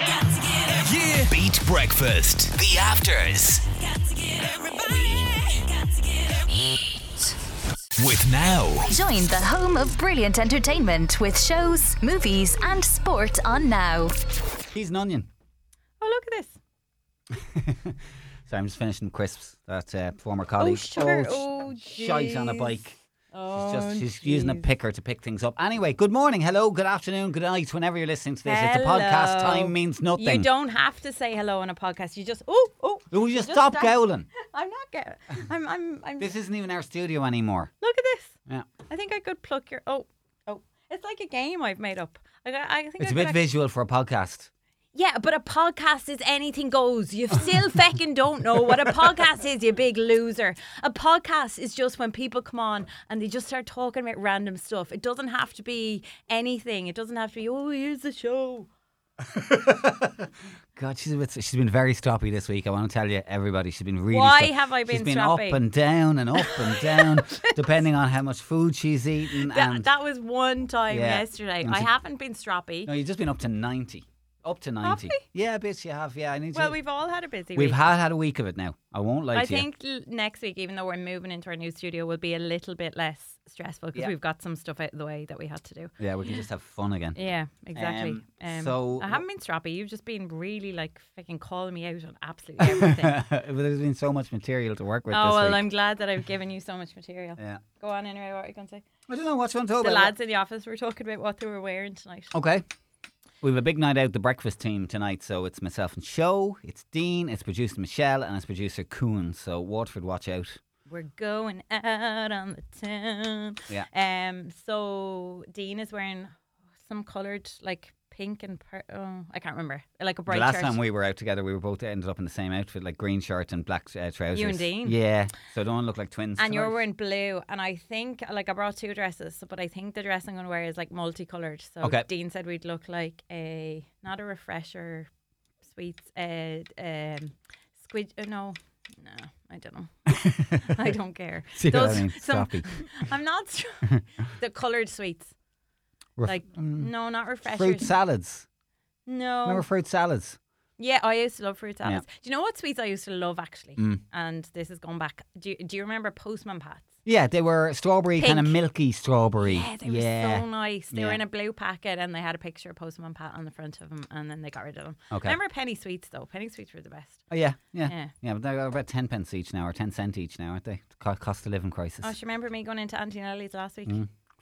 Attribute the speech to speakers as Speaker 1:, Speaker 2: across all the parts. Speaker 1: Yeah.
Speaker 2: Beat Breakfast. The Afters. With now.
Speaker 3: Join the home of brilliant entertainment with shows, movies, and sport on now.
Speaker 4: He's an onion.
Speaker 5: Oh, look at this.
Speaker 4: So I'm just finishing crisps. That uh, former colleague.
Speaker 5: sugar.
Speaker 4: sh-
Speaker 5: Oh,
Speaker 4: shite on a
Speaker 5: jeez.
Speaker 4: bike.
Speaker 5: Oh,
Speaker 4: she's just she's using a
Speaker 5: jeez.
Speaker 4: picker to pick things up. Anyway, good morning, hello, good afternoon, good night. Whenever you're listening to this, it's a podcast.
Speaker 5: Hello.
Speaker 4: Time means nothing.
Speaker 5: You don't have to say hello on a podcast. You just oh oh.
Speaker 4: Will you just stop
Speaker 5: stop.
Speaker 4: growling?
Speaker 5: I'm not getting. I'm I'm I'm.
Speaker 4: This isn't even our studio anymore.
Speaker 5: Look at this.
Speaker 4: Yeah,
Speaker 5: I think I could pluck your. Oh oh. It's like a game I've made up. I, got- I think
Speaker 4: it's
Speaker 5: I
Speaker 4: a
Speaker 5: could
Speaker 4: bit
Speaker 5: act-
Speaker 4: visual for a podcast.
Speaker 5: Yeah, but a podcast is anything goes. You still feckin' don't know what a podcast is, you big loser. A podcast is just when people come on and they just start talking about random stuff. It doesn't have to be anything. It doesn't have to be, oh, here's the show.
Speaker 4: God, she's a bit, she's been very stoppy this week. I want to tell you, everybody, she's been really.
Speaker 5: Why
Speaker 4: stop-
Speaker 5: have I
Speaker 4: She's
Speaker 5: been
Speaker 4: been
Speaker 5: stroppy?
Speaker 4: up and down and up and down, depending on how much food she's eaten.
Speaker 5: That,
Speaker 4: and
Speaker 5: that was one time
Speaker 4: Yeah.
Speaker 5: yesterday.
Speaker 4: And
Speaker 5: I
Speaker 4: to-
Speaker 5: haven't been stroppy.
Speaker 4: no, you've just been up to ninety, up to ninety.
Speaker 5: we?
Speaker 4: Yeah, bitch, you have. Yeah, I need
Speaker 5: Well,
Speaker 4: to.
Speaker 5: we've all had a busy
Speaker 4: We've
Speaker 5: week.
Speaker 4: had had a week of it now. I won't lie
Speaker 5: I
Speaker 4: to you.
Speaker 5: think l- next week, even though we're moving into our new studio, will be a little bit less stressful because
Speaker 4: Yeah.
Speaker 5: we've got some stuff out of the way that we had to do.
Speaker 4: Yeah, we can just have fun again.
Speaker 5: Yeah, exactly.
Speaker 4: Um,
Speaker 5: Um,
Speaker 4: so-
Speaker 5: I haven't been strappy. You've just been really like fucking calling me out on absolutely everything.
Speaker 4: But There's been so much material to work with.
Speaker 5: oh
Speaker 4: this
Speaker 5: well,
Speaker 4: week.
Speaker 5: I'm glad that I've given you so much material.
Speaker 4: Yeah.
Speaker 5: Go on anyway. What are you going to say?
Speaker 4: I don't know what you want to talk
Speaker 5: The
Speaker 4: about.
Speaker 5: lads in the office were talking about what they were wearing tonight.
Speaker 4: Okay. We have a big night out, the breakfast team tonight. So it's myself and Show, it's Dean, it's producer Michelle, and it's producer Coon. So Waterford, watch out.
Speaker 5: We're going out on the town.
Speaker 4: Yeah.
Speaker 5: Um. So Dean is wearing some coloured like pink and pur- oh, I can't remember like a bright
Speaker 4: the last
Speaker 5: shirt.
Speaker 4: time we were out together, we were both ended up in the same outfit, like green shirt and black uh, trousers.
Speaker 5: Dean?
Speaker 4: Yeah. So don't wanna look like twins.
Speaker 5: and you're
Speaker 4: tonight.
Speaker 5: wearing blue, and I think like I brought two dresses, so- but I think the dress I'm gonna wear is like multicolored. So
Speaker 4: Okay.
Speaker 5: Dean said we'd look like a not a refresher sweets, uh, um, squid. Uh, no, no, I don't know. I don't care.
Speaker 4: See what I mean?
Speaker 5: some-
Speaker 4: Stroppy.
Speaker 5: I'm not stro- the colored sweets.
Speaker 4: Ref-
Speaker 5: Like no, not refreshers.
Speaker 4: fruit salads.
Speaker 5: mm. no.
Speaker 4: Remember fruit salads?
Speaker 5: Yeah, Mm. I used to love fruit salads. Do you know what sweets I used to love actually? And this is going back. Do you, do you remember Postman Pats?
Speaker 4: Yeah, they were strawberry, kind of
Speaker 5: Pink.
Speaker 4: milky strawberry.
Speaker 5: Yeah, they were so nice. They were
Speaker 4: Yeah.
Speaker 5: in a blue packet and they had a picture of Postman Pat on the front of them and then they got rid of them.
Speaker 4: Okay.
Speaker 5: Remember penny sweets though? Penny sweets were the best.
Speaker 4: Oh yeah, yeah, yeah.
Speaker 5: Yeah.
Speaker 4: but they're about ten pence each now, or ten cent each now, aren't they? Co- Cost of living crisis.
Speaker 5: Oh, do you remember me going into Auntie Nellie's last week?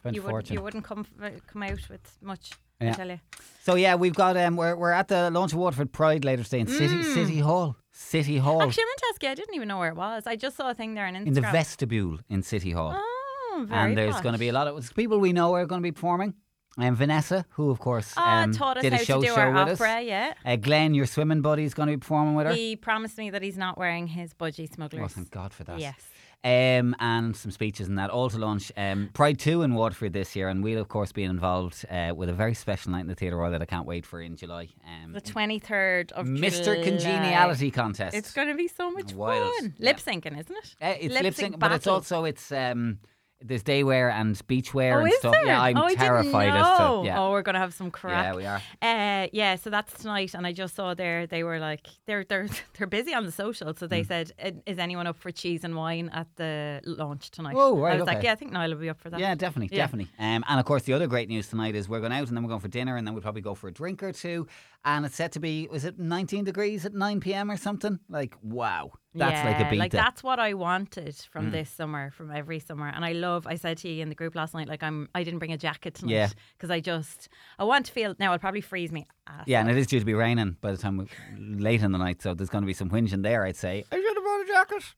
Speaker 4: Spent
Speaker 5: You, would,
Speaker 4: fortune.
Speaker 5: you wouldn't come f- uh, come out with much,
Speaker 4: Yeah.
Speaker 5: I tell you.
Speaker 4: So yeah, we've got um, we're we're at the launch of Waterford Pride later today in City
Speaker 5: Mm.
Speaker 4: City Hall, City Hall
Speaker 5: Actually, I meant to ask you, I didn't even know where it was. I just saw a thing there on Instagram.
Speaker 4: in the vestibule in City Hall,
Speaker 5: Oh, very
Speaker 4: and there's going to be a lot of it's people we know are going to be performing. And Vanessa, who of course
Speaker 5: Oh,
Speaker 4: um,
Speaker 5: taught us
Speaker 4: did a
Speaker 5: how
Speaker 4: show
Speaker 5: to do
Speaker 4: show
Speaker 5: our
Speaker 4: with
Speaker 5: opera,
Speaker 4: us.
Speaker 5: yeah.
Speaker 4: Uh, Glenn, your swimming buddy, is going to be performing with her.
Speaker 5: He promised me that he's not wearing his budgie smugglers.
Speaker 4: Oh, thank God for that.
Speaker 5: Yes.
Speaker 4: Um, and some speeches and that all to launch um, Pride 2 in Waterford this year. And we'll, of course, be involved uh, with a very special night in the Theatre Royal that I can't wait for in July. Um,
Speaker 5: The 23rd of
Speaker 4: Mr.
Speaker 5: July.
Speaker 4: Congeniality Contest.
Speaker 5: It's going to be so much
Speaker 4: Wild.
Speaker 5: fun.
Speaker 4: Yeah.
Speaker 5: Lip syncing, isn't it?
Speaker 4: Uh, it's lip sync, but
Speaker 5: battle.
Speaker 4: it's also it's um, there's day wear and beach wear
Speaker 5: Oh,
Speaker 4: and
Speaker 5: is
Speaker 4: stuff.
Speaker 5: there?
Speaker 4: Yeah, I'm
Speaker 5: oh, I didn't
Speaker 4: terrified
Speaker 5: know.
Speaker 4: as to yeah.
Speaker 5: Oh, we're gonna have some
Speaker 4: Yeah,
Speaker 5: crap.
Speaker 4: we are.
Speaker 5: Uh, yeah, so that's tonight, and I just saw there they were like they're they're they're busy on the social, so
Speaker 4: Hmm.
Speaker 5: they said "I- is anyone up for cheese and wine at the launch tonight?
Speaker 4: Whoa, right,
Speaker 5: I was like,
Speaker 4: okay.
Speaker 5: yeah, I think Niall will be up for that.
Speaker 4: Yeah, definitely,
Speaker 5: Yeah.
Speaker 4: definitely. Um, and of course, the other great news tonight is we're going out and then we're going for dinner and then we'll probably go for a drink or two. And it's set to be, was it 19 degrees at 9 p.m. or something? Like, wow. That's like a Mm.
Speaker 5: Yeah,
Speaker 4: beat.
Speaker 5: Like
Speaker 4: up.
Speaker 5: that's what I wanted from this summer, from every summer. And I love. I said to you in the group last night, like I'm. I didn't bring a jacket
Speaker 4: Yeah.
Speaker 5: tonight because I just I want to feel. Now it'll probably freeze me. Uh, Ass.
Speaker 4: Yeah, and it is due to be raining by the time we late in the night, so there's going to be some whinging there, I'd say. I should have brought a jacket.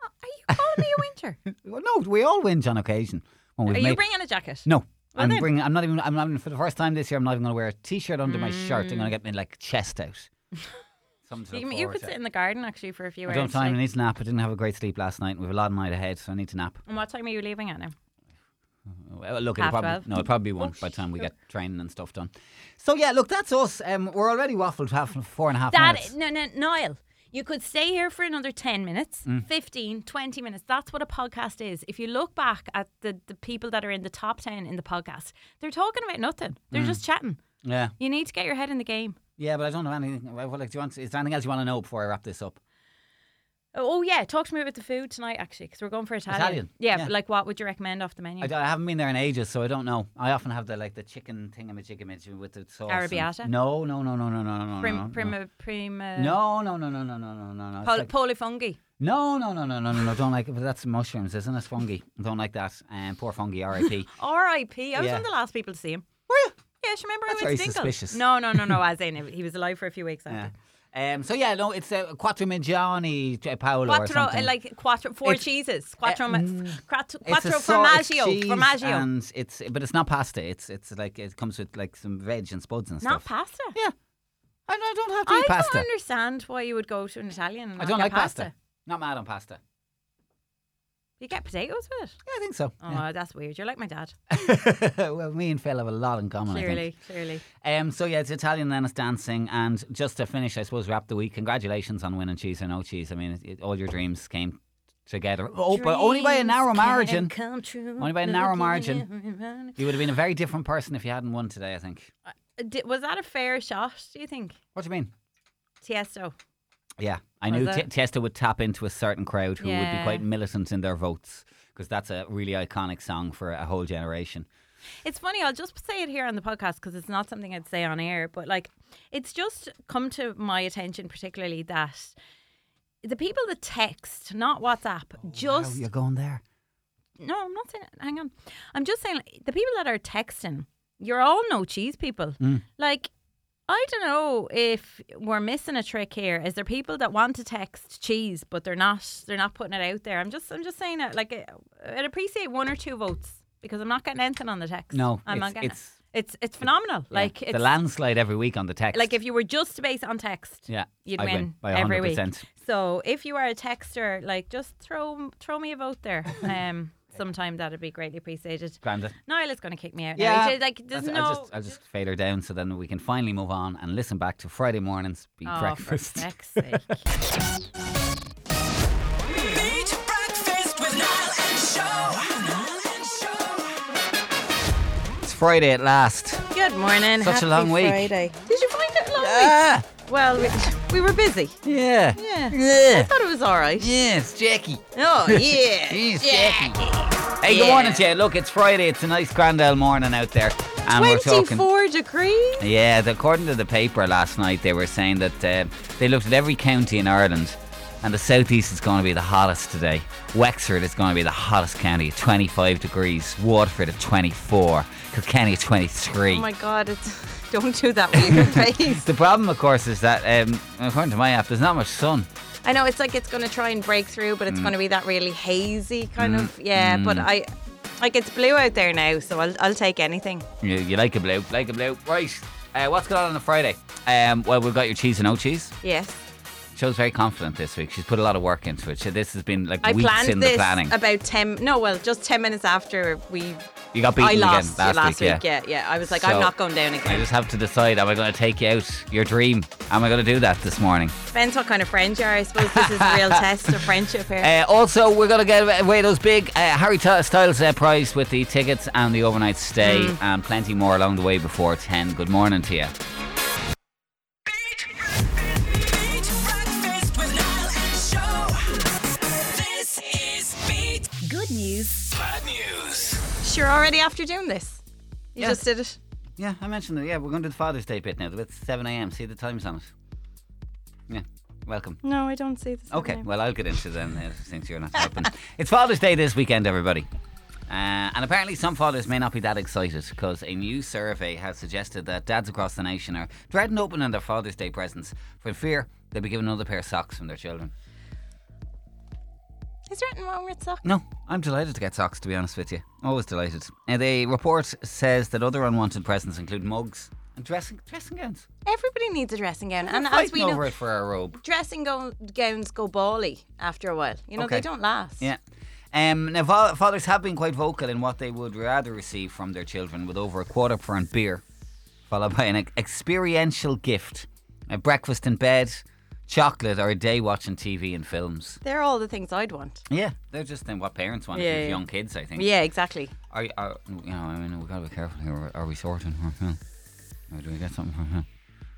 Speaker 5: Are you calling me a winter?
Speaker 4: Well, no, we all whinge on occasion. When we've
Speaker 5: Are you
Speaker 4: made-
Speaker 5: bringing a jacket?
Speaker 4: No. I'm
Speaker 5: then.
Speaker 4: bringing. I'm not even. I'm not even for the first time this year. I'm not even going to wear a t-shirt under my shirt. I'm going to get my like chest out. Something to look
Speaker 5: You, can- you
Speaker 4: forward
Speaker 5: could
Speaker 4: to.
Speaker 5: sit in the garden actually for a few
Speaker 4: I
Speaker 5: hours.
Speaker 4: don't have time. I
Speaker 5: like-
Speaker 4: need to nap. I didn't have a great sleep last night. We've a lot of night ahead, so I need to nap.
Speaker 5: and what time are you leaving at now?
Speaker 4: Well, look, it'll
Speaker 5: Half
Speaker 4: probably,
Speaker 5: twelve.
Speaker 4: no, it'll probably be one by the time we get training and stuff done. So yeah, look, that's us. Um, we're already waffled half four and a half
Speaker 5: That
Speaker 4: minutes.
Speaker 5: no no Niall. You could stay here for another 10 minutes,
Speaker 4: Mm.
Speaker 5: fifteen, twenty 15, 20 minutes. That's what a podcast is. If you look back at the, the people that are in the
Speaker 4: Mm.
Speaker 5: top 10 in the podcast, they're talking about nothing. They're just chatting.
Speaker 4: yeah.
Speaker 5: You need to get your head in the game.
Speaker 4: Yeah, but I don't know anything. Well, like, do you want, is there anything else you want to know before I wrap this up?
Speaker 5: Oh, oh, yeah, talk to me about the food tonight actually, because we're going for Italian.
Speaker 4: Italian,
Speaker 5: Yeah,
Speaker 4: yeah.
Speaker 5: but like what would you recommend off the menu?
Speaker 4: I, don't- I haven't been there in ages, so I don't know. I often have the like the chicken thingamajiggamaj with the sauce. and-
Speaker 5: Arrabbiata?
Speaker 4: No, no, no, no, no, no, no,
Speaker 5: Prim, uh,
Speaker 4: no,
Speaker 5: prima,
Speaker 4: no.
Speaker 5: prima.
Speaker 4: No, no, no, no, no, no, no, no, no. It's
Speaker 5: Pol-
Speaker 4: like-
Speaker 5: polifungi.
Speaker 4: No, no, no, no, no, no, no. Don't like it. But that's mushrooms, isn't it? Fungi. Don't like that. Um, poor fungi, R.I.P.
Speaker 5: R.I.P. I was
Speaker 4: Yeah.
Speaker 5: one of the last people to see him.
Speaker 4: Were you?
Speaker 5: Yeah, she remember
Speaker 4: That's
Speaker 5: I
Speaker 4: very
Speaker 5: went to Dinkle.
Speaker 4: suspicious.
Speaker 5: No, no, no, no. As in, he was alive for a few weeks
Speaker 4: Yeah.
Speaker 5: after.
Speaker 4: Um, so yeah, no, it's uh, quattro Mangiani eh, Paolo or
Speaker 5: Quattro, uh,
Speaker 4: something.
Speaker 5: like quattro, four
Speaker 4: It's- eh, mm,
Speaker 5: cheeses. Quattro, ma- quattro,
Speaker 4: It's a
Speaker 5: quattro
Speaker 4: sau- it's
Speaker 5: formaggio.
Speaker 4: cheese
Speaker 5: formaggio.
Speaker 4: and it's but it's not pasta. It's it's like it comes with like some veg and spuds and
Speaker 5: not
Speaker 4: stuff.
Speaker 5: pasta.
Speaker 4: yeah, I, I don't have to
Speaker 5: I
Speaker 4: eat pasta.
Speaker 5: don't understand why you would go to an Italian. And
Speaker 4: I
Speaker 5: not
Speaker 4: don't
Speaker 5: get
Speaker 4: like pasta. Not mad on pasta.
Speaker 5: You get potatoes with it.
Speaker 4: Yeah, I think so.
Speaker 5: Oh, that's weird. You're like my dad.
Speaker 4: Yeah. well, me and Phil have a lot in common. I think.
Speaker 5: Clearly, clearly.
Speaker 4: Um, so yeah, it's Italian, then it's dancing, and just to finish, I suppose wrap the week. Congratulations on winning cheese or no cheese. I mean, it, it, all your dreams came together. Oh, but only by a narrow
Speaker 5: Dreams can
Speaker 4: margin.
Speaker 5: come true.
Speaker 4: Only by a narrow
Speaker 5: Looking
Speaker 4: margin.
Speaker 5: everywhere.
Speaker 4: You would have been a very different person if you hadn't won today. I think.
Speaker 5: Uh, di- Was that a fair shot? Do you think
Speaker 4: What do you mean?
Speaker 5: Tiesto?
Speaker 4: Yeah, I
Speaker 5: Was
Speaker 4: knew T-
Speaker 5: it?
Speaker 4: Tiesto would tap into a certain crowd who would be
Speaker 5: Yeah.
Speaker 4: quite militant in their votes because that's a really iconic song for a whole generation.
Speaker 5: It's funny. I'll just say it here on the podcast because it's not something I'd say on air. But like, it's just come to my attention, particularly that the people that text, not WhatsApp,
Speaker 4: Oh, Wow,
Speaker 5: just
Speaker 4: you're going there.
Speaker 5: no, I'm not saying. Hang on, I'm just saying like, the people that are texting. You're all no cheese people.
Speaker 4: Mm.
Speaker 5: Like, I don't know if we're missing a trick here. Is there people that want to text cheese, but they're not? They're not putting it out there. I'm just, I'm just saying it. Like, I- I'd appreciate one or two votes because I'm not getting anything on the text.
Speaker 4: No,
Speaker 5: I'm
Speaker 4: it's-
Speaker 5: not getting.
Speaker 4: it's-
Speaker 5: it. it's it's phenomenal.
Speaker 4: Yeah,
Speaker 5: Like
Speaker 4: the
Speaker 5: it's
Speaker 4: landslide every week on the text.
Speaker 5: like if you were just to base it on text,
Speaker 4: yeah,
Speaker 5: you'd
Speaker 4: I'd
Speaker 5: win,
Speaker 4: by
Speaker 5: every week.
Speaker 4: 100%.
Speaker 5: So if you are a texter, like just throw throw me a vote there. Um, sometime that'd be greatly appreciated.
Speaker 4: Granda.
Speaker 5: Niall's gonna kick me out.
Speaker 4: Yeah,
Speaker 5: now. She- like there's
Speaker 4: that's-
Speaker 5: no.
Speaker 4: I'll, just, I'll just fade her down so then we can finally move on and listen back to Friday mornings be
Speaker 5: Oh,
Speaker 4: breakfast.
Speaker 5: For feck's sake.
Speaker 6: Beat breakfast with Niall and Show.
Speaker 4: It's Friday at last.
Speaker 5: Good morning.
Speaker 4: Such a long week.
Speaker 5: Friday. Did you find it lovely?
Speaker 4: Ah,
Speaker 5: Well, we, we were busy.
Speaker 4: yeah.
Speaker 5: Yeah.
Speaker 4: Yeah.
Speaker 5: Thought it was all right.
Speaker 4: Yes, Jackie.
Speaker 5: Oh yeah.
Speaker 4: Jeez, Jackie. Hey, good morning, Jay. Look, it's Friday. It's a nice Grandel morning out there. And we're talking.
Speaker 5: Twenty-four degrees.
Speaker 4: Yeah, the- according to the paper last night, they were saying that uh, they looked at every county in Ireland, and the southeast is going to be the hottest today. Wexford is going to be the hottest county, at 25 degrees. Waterford at 24. Kilkenny at 23.
Speaker 5: Oh my God! It's don't do that with your face.
Speaker 4: the problem, of course, is that um, according to my app, there's not much sun.
Speaker 5: I know it's like it's going to try and break through, but it's
Speaker 4: Mm.
Speaker 5: going to be that really hazy kind of yeah. But I like it's blue out there now, so I'll I'll take anything.
Speaker 4: You, you like a blue, like a blue. Right. Uh, what's going on on a Friday? Um, well, we've got your cheese and no cheese.
Speaker 5: Yes,
Speaker 4: She was very confident this week. She's put a lot of work into it. She, this has been like
Speaker 5: I
Speaker 4: weeks
Speaker 5: planned
Speaker 4: in
Speaker 5: this
Speaker 4: the planning.
Speaker 5: about ten. No, well, just ten minutes after we.
Speaker 4: you got beaten
Speaker 5: I
Speaker 4: again
Speaker 5: lost
Speaker 4: last,
Speaker 5: last
Speaker 4: week,
Speaker 5: yeah. yeah, I was like, I'm
Speaker 4: So-
Speaker 5: not going down
Speaker 4: I
Speaker 5: again.
Speaker 4: just have to decide: Am I going to take you out your dream? Am I going to do that this morning?
Speaker 5: Depends what kind of friend you are. I suppose this is a real test of friendship here.
Speaker 4: Uh, also, we're going to get away those big uh, Harry T- Styles uh, prize with the tickets and the overnight stay, and plenty more along the way before ten. Good morning to you.
Speaker 6: Beat breakfast with Niall and Show. This is Beat.
Speaker 7: Good news.
Speaker 8: Bad news.
Speaker 5: Sure, already after doing this, you
Speaker 4: Yeah.
Speaker 5: just did it.
Speaker 4: Yeah, I mentioned that. Yeah, we're going to do the Father's Day bit now. It's seven a.m. See the times on it. Yeah, welcome.
Speaker 5: No, I don't see this.
Speaker 4: Okay, well, I'll get into them uh, since you're not helping. it's Father's Day this weekend, everybody. Uh, and apparently, some fathers may not be that excited because a new survey has suggested that dads across the nation are dreading opening their Father's Day presents for fear they'll be given another pair of socks from their children.
Speaker 5: Is there anything wrong with socks?
Speaker 4: No, I'm delighted to get socks, to be honest with you. Always delighted. And the report says that other unwanted presents include mugs and dressing, dressing gowns.
Speaker 5: Everybody needs a dressing gown, and as
Speaker 4: Fighting
Speaker 5: we know,
Speaker 4: over it for our robe.
Speaker 5: dressing go- gowns go bally after a while. You know,
Speaker 4: Okay.
Speaker 5: they don't last.
Speaker 4: Yeah. Um, now, fa- fathers have been quite vocal in what they would rather receive from their children, with over a quarter pound beer, followed by an ex- experiential gift, a breakfast in bed, chocolate, or a day watching TV and films.
Speaker 5: They're all the things I'd want.
Speaker 4: Yeah, they're just then what parents want
Speaker 5: Yeah,
Speaker 4: if you've
Speaker 5: yeah.
Speaker 4: young kids, I think.
Speaker 5: Yeah, exactly.
Speaker 4: Are, are, you know, I mean, we've got to be careful here. Are we sorting for a film? Or do we get something for a film?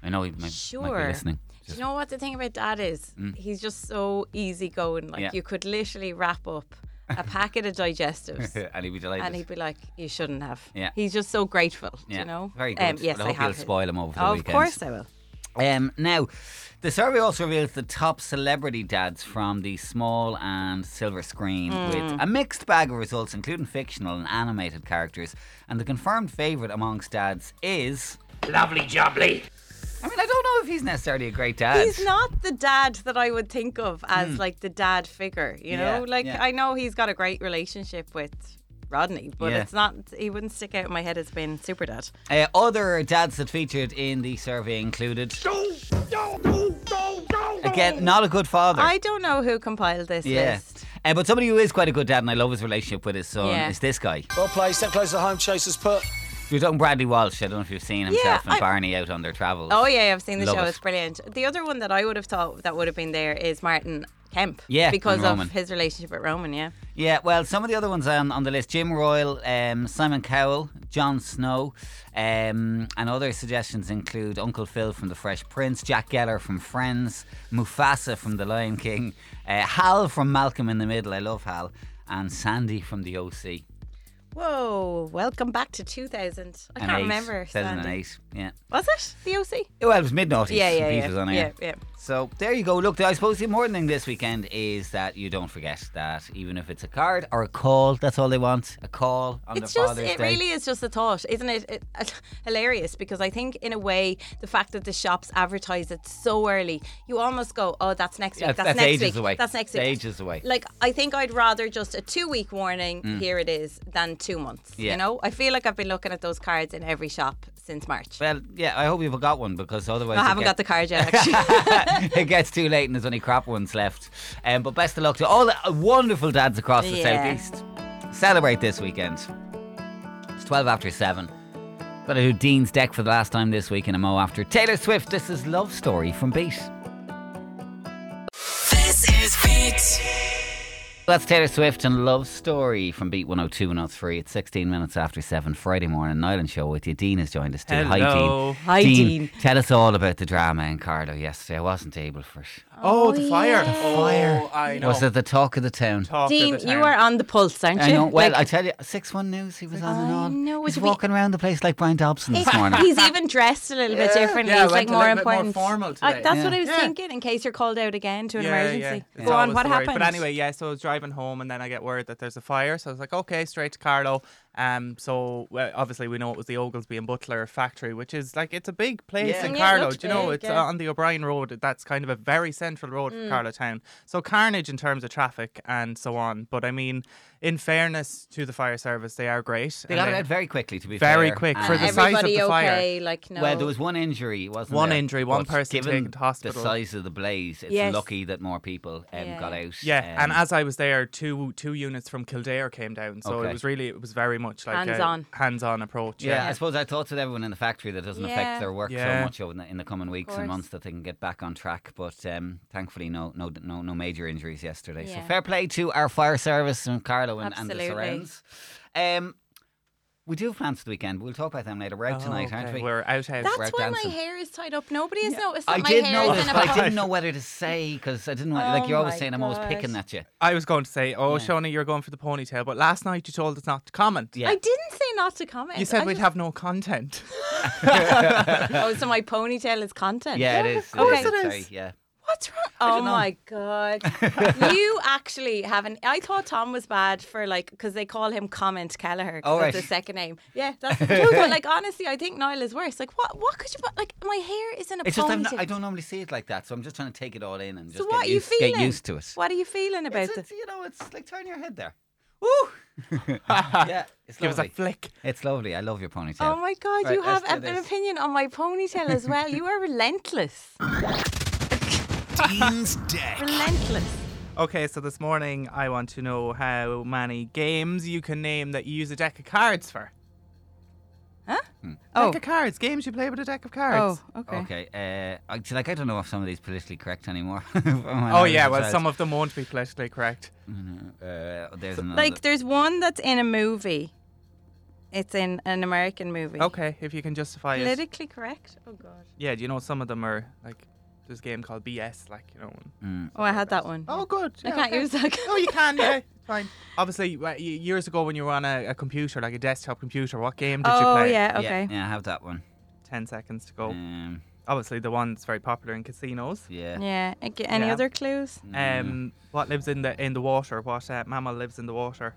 Speaker 4: I know he might, might be
Speaker 5: Sure.
Speaker 4: listening. Mm.
Speaker 5: Do you know what the thing about Dad is? He's just so easygoing. Like
Speaker 4: Yeah.
Speaker 5: you could literally wrap up a packet of digestives.
Speaker 4: and he'd be delighted.
Speaker 5: And he'd be like, "You shouldn't have."
Speaker 4: Yeah.
Speaker 5: He's just so grateful, do
Speaker 4: Yeah.
Speaker 5: you know.
Speaker 4: Very good.
Speaker 5: Um, yes,
Speaker 4: Well, I
Speaker 5: I,
Speaker 4: hope you'll
Speaker 5: have. it.
Speaker 4: spoil him over the
Speaker 5: of
Speaker 4: weekend.
Speaker 5: course, I will.
Speaker 4: Um, now, the survey also reveals the top celebrity dads from the small and silver screen
Speaker 5: Hmm.
Speaker 4: with a mixed bag of results, including fictional and animated characters. And the confirmed favourite amongst dads is. Lovely Jubbly. I mean, I don't know if he's necessarily a great dad. Hmm.
Speaker 5: He's not the dad that I would think of as like the dad figure, you know.
Speaker 4: Yeah,
Speaker 5: like
Speaker 4: yeah.
Speaker 5: I know he's got a great relationship with Rodney, but
Speaker 4: Yeah.
Speaker 5: it's not. He wouldn't stick out in my head as being super dad.
Speaker 4: Uh, other dads that featured in the survey included. Again, not a good father.
Speaker 5: I don't know who compiled this
Speaker 4: yeah.
Speaker 5: list.
Speaker 4: Uh, but somebody who is quite a good dad and I love his relationship with his son
Speaker 5: Yeah.
Speaker 4: is this guy.
Speaker 9: Well played, step close to home, Chasers put.
Speaker 4: You're talking Bradley Walsh. I don't know if you've seen himself
Speaker 5: Yeah,
Speaker 4: and
Speaker 5: I-
Speaker 4: Barney out on their travels.
Speaker 5: Oh yeah, I've seen the
Speaker 4: Love
Speaker 5: show.
Speaker 4: it.
Speaker 5: It's brilliant. The other one that I would have thought that would have been there is Martin Kemp.
Speaker 4: Yeah,
Speaker 5: because
Speaker 4: and
Speaker 5: of
Speaker 4: Roman.
Speaker 5: his relationship with Roman. Yeah,
Speaker 4: Yeah, well, some of the other ones on, on the list Jim Royal, um, Simon Cowell, Jon Snow, um, and other suggestions include Uncle Phil from The Fresh Prince, Jack Geller from Friends, Mufasa from The Lion King, uh, Hal from Malcolm in the Middle, I love Hal, and Sandy from The OC.
Speaker 5: Whoa, welcome back to 2000. I
Speaker 4: And
Speaker 5: can't
Speaker 4: eight,
Speaker 5: remember. Sandy.
Speaker 4: 2008, yeah.
Speaker 5: Was it the OC?
Speaker 4: Well, it was mid noughties.
Speaker 5: Yeah, yeah, yeah.
Speaker 4: was on air.
Speaker 5: Yeah, yeah.
Speaker 4: So there you go. Look, I suppose the important thing this weekend is that you don't forget that even if it's a card or a call, that's all they want. A call on
Speaker 5: It's
Speaker 4: their
Speaker 5: just,
Speaker 4: Father's
Speaker 5: it
Speaker 4: Day.
Speaker 5: really is just a thought, isn't it? It- uh, hilarious because I think, in a way, the fact that the shops advertise it so early, you almost go, oh, that's next week.
Speaker 4: That's-
Speaker 5: That's,
Speaker 4: that's
Speaker 5: next
Speaker 4: ages
Speaker 5: week.
Speaker 4: away.
Speaker 5: That's next week.
Speaker 4: Ages away. Mm.
Speaker 5: Like, I think I'd rather just a two week warning, here it is, than two months.
Speaker 4: Yeah.
Speaker 5: You know, I feel like I've been looking at those cards in every shop since March.
Speaker 4: Well, yeah, I hope you've got one because otherwise
Speaker 5: I
Speaker 4: it
Speaker 5: haven't
Speaker 4: get-
Speaker 5: got the card yet, actually.
Speaker 4: it gets too late and there's only crap ones left. Um, but best of luck to all the uh, wonderful dads across the
Speaker 5: Yeah.
Speaker 4: southeast. Celebrate this weekend. It's 12 after 7. Gotta do Dean's deck for the last time this week in a mo after Taylor Swift. This is Love Story from Beat.
Speaker 6: This is Beat.
Speaker 4: That's Taylor Swift and Love Story from Beat 102 and 103. It's 16 minutes after 7 Friday morning. Island Show with you. Dean has joined us too.
Speaker 10: Hello.
Speaker 4: Hi,
Speaker 5: Hi,
Speaker 4: Dean.
Speaker 5: Dean.
Speaker 4: Tell us all about the drama in Carlo yesterday. I wasn't able for it.
Speaker 10: Oh, the fire. The
Speaker 4: fire.
Speaker 10: Oh, I know.
Speaker 4: Was it the talk of the town?
Speaker 10: Talk of the
Speaker 5: Dean, you
Speaker 10: town.
Speaker 5: are on the pulse, aren't you?
Speaker 4: I know. Well,
Speaker 5: Like,
Speaker 4: I tell you, Six One News. He was on and
Speaker 5: I
Speaker 4: on.
Speaker 5: know,
Speaker 4: He's
Speaker 5: would we-
Speaker 4: walking around the place like Brian Dobson this morning.
Speaker 5: He's even dressed a little bit differently.
Speaker 10: Yeah, I
Speaker 5: He's
Speaker 10: went
Speaker 5: like
Speaker 10: a
Speaker 5: more
Speaker 10: little bit more
Speaker 5: important.
Speaker 10: formal
Speaker 5: I,
Speaker 10: today.
Speaker 5: that's
Speaker 4: Yeah.
Speaker 5: what I was
Speaker 10: Yeah.
Speaker 5: thinking. In case you're called out again to an
Speaker 10: Yeah,
Speaker 5: emergency.
Speaker 10: yeah. It's
Speaker 5: Go on.
Speaker 10: always
Speaker 5: What
Speaker 10: the worry.
Speaker 5: happened?
Speaker 10: But anyway, yeah, so I was driving home and then I get word that there's a fire. So I was like, okay, straight to Carlo. Um, so well, obviously we know it was the Oglesby and Butler factory, which is like it's a big place
Speaker 4: Yeah.
Speaker 10: in
Speaker 5: Yeah, it
Speaker 10: Carlo.
Speaker 5: looked
Speaker 10: Do you know
Speaker 5: big,
Speaker 10: it's
Speaker 5: yeah. Mm.
Speaker 10: on the O'Brien Road? That's kind of a very central road for Carlo town. So carnage in terms of traffic and so on. But I mean, in fairness to the fire service, they are great.
Speaker 4: they
Speaker 10: and
Speaker 4: got it out very quickly, to be fair.
Speaker 10: Very quick for
Speaker 4: And-
Speaker 10: the size of
Speaker 5: Uh, Everybody
Speaker 10: the fire.
Speaker 5: okay? Like no.
Speaker 4: Well, there was one injury, wasn't
Speaker 10: One
Speaker 4: there?
Speaker 10: injury, one
Speaker 4: But
Speaker 10: person
Speaker 4: given
Speaker 10: taken to hospital.
Speaker 4: The size of the blaze, it's
Speaker 5: Yes.
Speaker 4: lucky that more people um,
Speaker 5: Yeah.
Speaker 4: got out.
Speaker 10: Yeah, and
Speaker 4: um,
Speaker 10: as I was there, two two units from Kildare came down, so
Speaker 4: Okay.
Speaker 10: it was really it was very much like
Speaker 5: Hands-on.
Speaker 10: a hands-on approach.
Speaker 4: yeah, I suppose I thought that everyone in the factory that doesn't affect
Speaker 5: Yeah.
Speaker 4: their work so
Speaker 10: Yeah.
Speaker 4: much over in the, in the coming weeks and
Speaker 5: course.
Speaker 4: months that they can get back on track. But um, thankfully, no, no, no, no major injuries yesterday. So
Speaker 5: Yeah.
Speaker 4: fair play to our fire service and Carlo and, and the
Speaker 5: Absolutely.
Speaker 4: surrounds. Um, we do have plans for the weekend. We'll talk about them later. We're out
Speaker 10: Oh,
Speaker 4: tonight, aren't
Speaker 10: okay.
Speaker 4: we?
Speaker 10: We're out out.
Speaker 5: that's
Speaker 4: Brett
Speaker 5: why
Speaker 4: Danson.
Speaker 5: my hair is tied up. Nobody has noticed
Speaker 4: I
Speaker 5: that my
Speaker 4: did
Speaker 5: hair
Speaker 4: notice,
Speaker 5: is in a
Speaker 4: but I
Speaker 5: bun.
Speaker 4: didn't know whether to say because I didn't want like
Speaker 5: Oh
Speaker 4: you're always
Speaker 5: my
Speaker 4: saying I'm always
Speaker 5: gosh.
Speaker 4: picking at you.
Speaker 10: I was going to say, oh, Shona, you're going for the ponytail, but last night you told us not to comment.
Speaker 4: Yeah.
Speaker 5: I didn't say not to comment.
Speaker 10: You said
Speaker 5: I
Speaker 10: we'd
Speaker 5: just-
Speaker 10: have no content.
Speaker 5: Oh, so my ponytail is content.
Speaker 4: Yeah, it is.
Speaker 5: course
Speaker 4: it is.
Speaker 5: it
Speaker 4: Sorry,
Speaker 5: is.
Speaker 4: yeah.
Speaker 5: What's wrong? Oh my god! you actually haven't. I thought Tom was bad for like because they call him Comment Kelleher. 'cause
Speaker 4: Oh,
Speaker 5: that's
Speaker 4: right.
Speaker 5: the second name. Yeah, that's the truth. but like honestly, I think Niall is worse. Like what? What could you? put- Like my hair is in a
Speaker 4: It's just
Speaker 5: ponytail.
Speaker 4: I'm not, I don't normally see it like that, so I'm just trying to take it all in and just
Speaker 5: so what
Speaker 4: get,
Speaker 5: are you
Speaker 4: used,
Speaker 5: feeling?
Speaker 4: get used to it.
Speaker 5: What are you feeling about
Speaker 4: It's, it's,
Speaker 5: this?
Speaker 4: you know, it's like turn your head there. Woo! yeah, it's
Speaker 10: Give us a
Speaker 4: lovely.
Speaker 10: flick.
Speaker 4: It's lovely. I love your ponytail.
Speaker 5: Oh my god,
Speaker 4: Right,
Speaker 5: you
Speaker 4: let's
Speaker 5: have
Speaker 4: do
Speaker 5: a- an
Speaker 4: this.
Speaker 5: opinion on my ponytail as well. you are relentless.
Speaker 11: Dean's deck.
Speaker 5: Relentless.
Speaker 10: Okay, so this morning I want to know how many games you can name that you use a deck of cards for.
Speaker 5: Oh.
Speaker 10: Deck of cards, games you play with a deck of
Speaker 5: Oh,
Speaker 10: cards.
Speaker 5: okay.
Speaker 4: Okay. Uh, I- see, like I don't know if some of these politically correct anymore. oh
Speaker 10: Oh yeah, well some of them won't be politically correct.
Speaker 4: uh, there's another.
Speaker 5: Like there's one that's in a movie. It's in an American movie.
Speaker 10: Okay, if you can justify it.
Speaker 5: Politically correct? Oh god.
Speaker 10: Yeah, do you know some of them are like there's a game called BS, like you know. and-
Speaker 4: mm.
Speaker 5: Oh, I had that one.
Speaker 10: Oh, good.
Speaker 5: I
Speaker 10: yeah,
Speaker 5: can't
Speaker 10: okay.
Speaker 5: use that.
Speaker 10: Oh, you can. Yeah, it's fine. Obviously, wh- y- years ago when you were on a, a computer, like a desktop computer, what game did you
Speaker 5: Oh
Speaker 10: play?
Speaker 5: yeah.
Speaker 4: Yeah,
Speaker 5: Okay.
Speaker 4: Yeah, I have that one.
Speaker 10: Ten seconds to go.
Speaker 4: Um,
Speaker 10: Obviously, the one that's very popular in casinos.
Speaker 4: yeah.
Speaker 5: Yeah. Okay, Any
Speaker 10: Yeah.
Speaker 5: other clues?
Speaker 4: Mm.
Speaker 10: Um, what lives in the in the water? What uh, mammal lives in the water?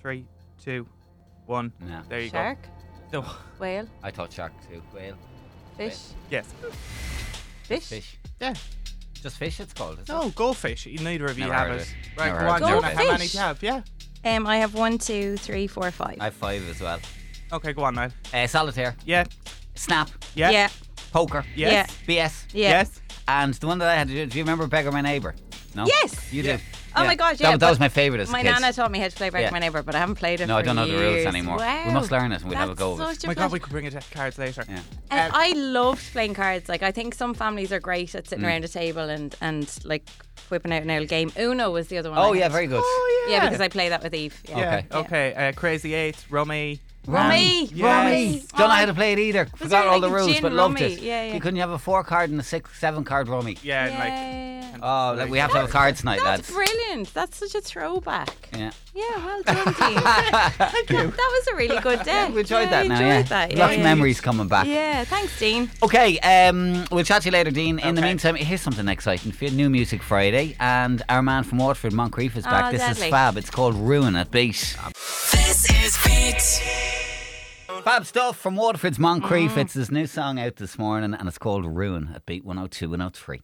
Speaker 10: Three, two, one.
Speaker 4: No.
Speaker 10: There you
Speaker 5: Shark,
Speaker 10: go. No.
Speaker 5: whale,
Speaker 4: I thought shark too. Whale,
Speaker 5: fish,
Speaker 10: Yes.
Speaker 5: fish.
Speaker 4: fish.
Speaker 10: Yeah.
Speaker 4: Just fish, it's called. Is
Speaker 10: No, goldfish. Neither of you
Speaker 4: Never
Speaker 10: have
Speaker 4: heard
Speaker 10: it.
Speaker 4: of it.
Speaker 10: Right,
Speaker 4: Never
Speaker 10: go
Speaker 4: heard
Speaker 10: on,
Speaker 4: of it.
Speaker 10: Jonah. How many
Speaker 5: Goldfish.
Speaker 10: do you have? Yeah.
Speaker 5: Um, I have one, two, three, four, five.
Speaker 4: I have five as well.
Speaker 10: Okay, go on, Niall.
Speaker 4: Uh, solitaire,
Speaker 10: Yeah.
Speaker 4: snap,
Speaker 10: Yeah.
Speaker 5: yeah.
Speaker 4: poker,
Speaker 10: Yes.
Speaker 4: BS.
Speaker 5: Yeah.
Speaker 10: Yes.
Speaker 4: And the one that I had to do, do you remember Beggar My Neighbour? No?
Speaker 5: Yes.
Speaker 4: You
Speaker 10: Yeah.
Speaker 4: do.
Speaker 5: Oh my God,
Speaker 4: That,
Speaker 5: yeah,
Speaker 4: that was
Speaker 5: but
Speaker 4: my favourite as a
Speaker 5: My
Speaker 4: kid.
Speaker 5: nana taught me how to play Back
Speaker 4: Yeah.
Speaker 5: My Neighbour, but I haven't played it.
Speaker 4: No, I
Speaker 5: for
Speaker 4: don't know the rules
Speaker 5: years.
Speaker 4: anymore.
Speaker 5: Wow.
Speaker 4: We must learn it and we'll
Speaker 5: That's
Speaker 4: have a go of it.
Speaker 5: such a
Speaker 10: My God,
Speaker 5: pleasure.
Speaker 10: we could bring it to cards later.
Speaker 4: Yeah.
Speaker 5: And
Speaker 10: Um,
Speaker 5: I loved playing cards. Like I think some families are great at
Speaker 4: Mm.
Speaker 5: sitting around a table and and like whipping out an old game. Uno was the other one.
Speaker 4: Oh,
Speaker 5: I
Speaker 4: yeah,
Speaker 5: had.
Speaker 4: very good.
Speaker 10: Oh yeah.
Speaker 5: Yeah, because I play that with Eve. Yeah.
Speaker 10: Yeah.
Speaker 4: Okay.
Speaker 10: Okay. Uh, Crazy Eight, Rummy.
Speaker 5: Rummy.
Speaker 4: Rummy.
Speaker 10: Yes.
Speaker 4: Rummy. Don't know how to play it either. Forgot
Speaker 5: there
Speaker 4: all
Speaker 5: like
Speaker 4: the
Speaker 5: a
Speaker 4: rules,
Speaker 5: gin
Speaker 4: but loved
Speaker 5: rummy?
Speaker 4: it.
Speaker 5: Yeah, yeah.
Speaker 4: You couldn't have a four card and a six, seven card rummy.
Speaker 10: Yeah. and,
Speaker 5: Yeah.
Speaker 10: Like.
Speaker 4: Oh, like, we have to have a card tonight,
Speaker 5: That's
Speaker 4: lads.
Speaker 5: brilliant. That's such a throwback.
Speaker 4: Yeah.
Speaker 5: Yeah, well done, team. Thank you. That, that was a really good day.
Speaker 4: We enjoyed that
Speaker 5: Yeah, I
Speaker 4: now,
Speaker 5: enjoyed
Speaker 4: yeah.
Speaker 5: that.
Speaker 4: Lots of
Speaker 5: yeah.
Speaker 4: memories coming back.
Speaker 5: Yeah, thanks, Dean.
Speaker 4: Okay, um, we'll chat to you later, Dean. In the
Speaker 10: Okay.
Speaker 4: meantime, here's something exciting for you. New Music Friday, and our man from Waterford, Moncrief, is back.
Speaker 5: Oh,
Speaker 4: this is
Speaker 5: deadly.
Speaker 4: fab. It's called Ruin at Beat.
Speaker 6: This is Beat.
Speaker 4: Fab stuff from Waterford's
Speaker 5: Mm-hmm.
Speaker 4: Moncrief. It's his new song out this morning, and it's called Ruin at Beat 102 103.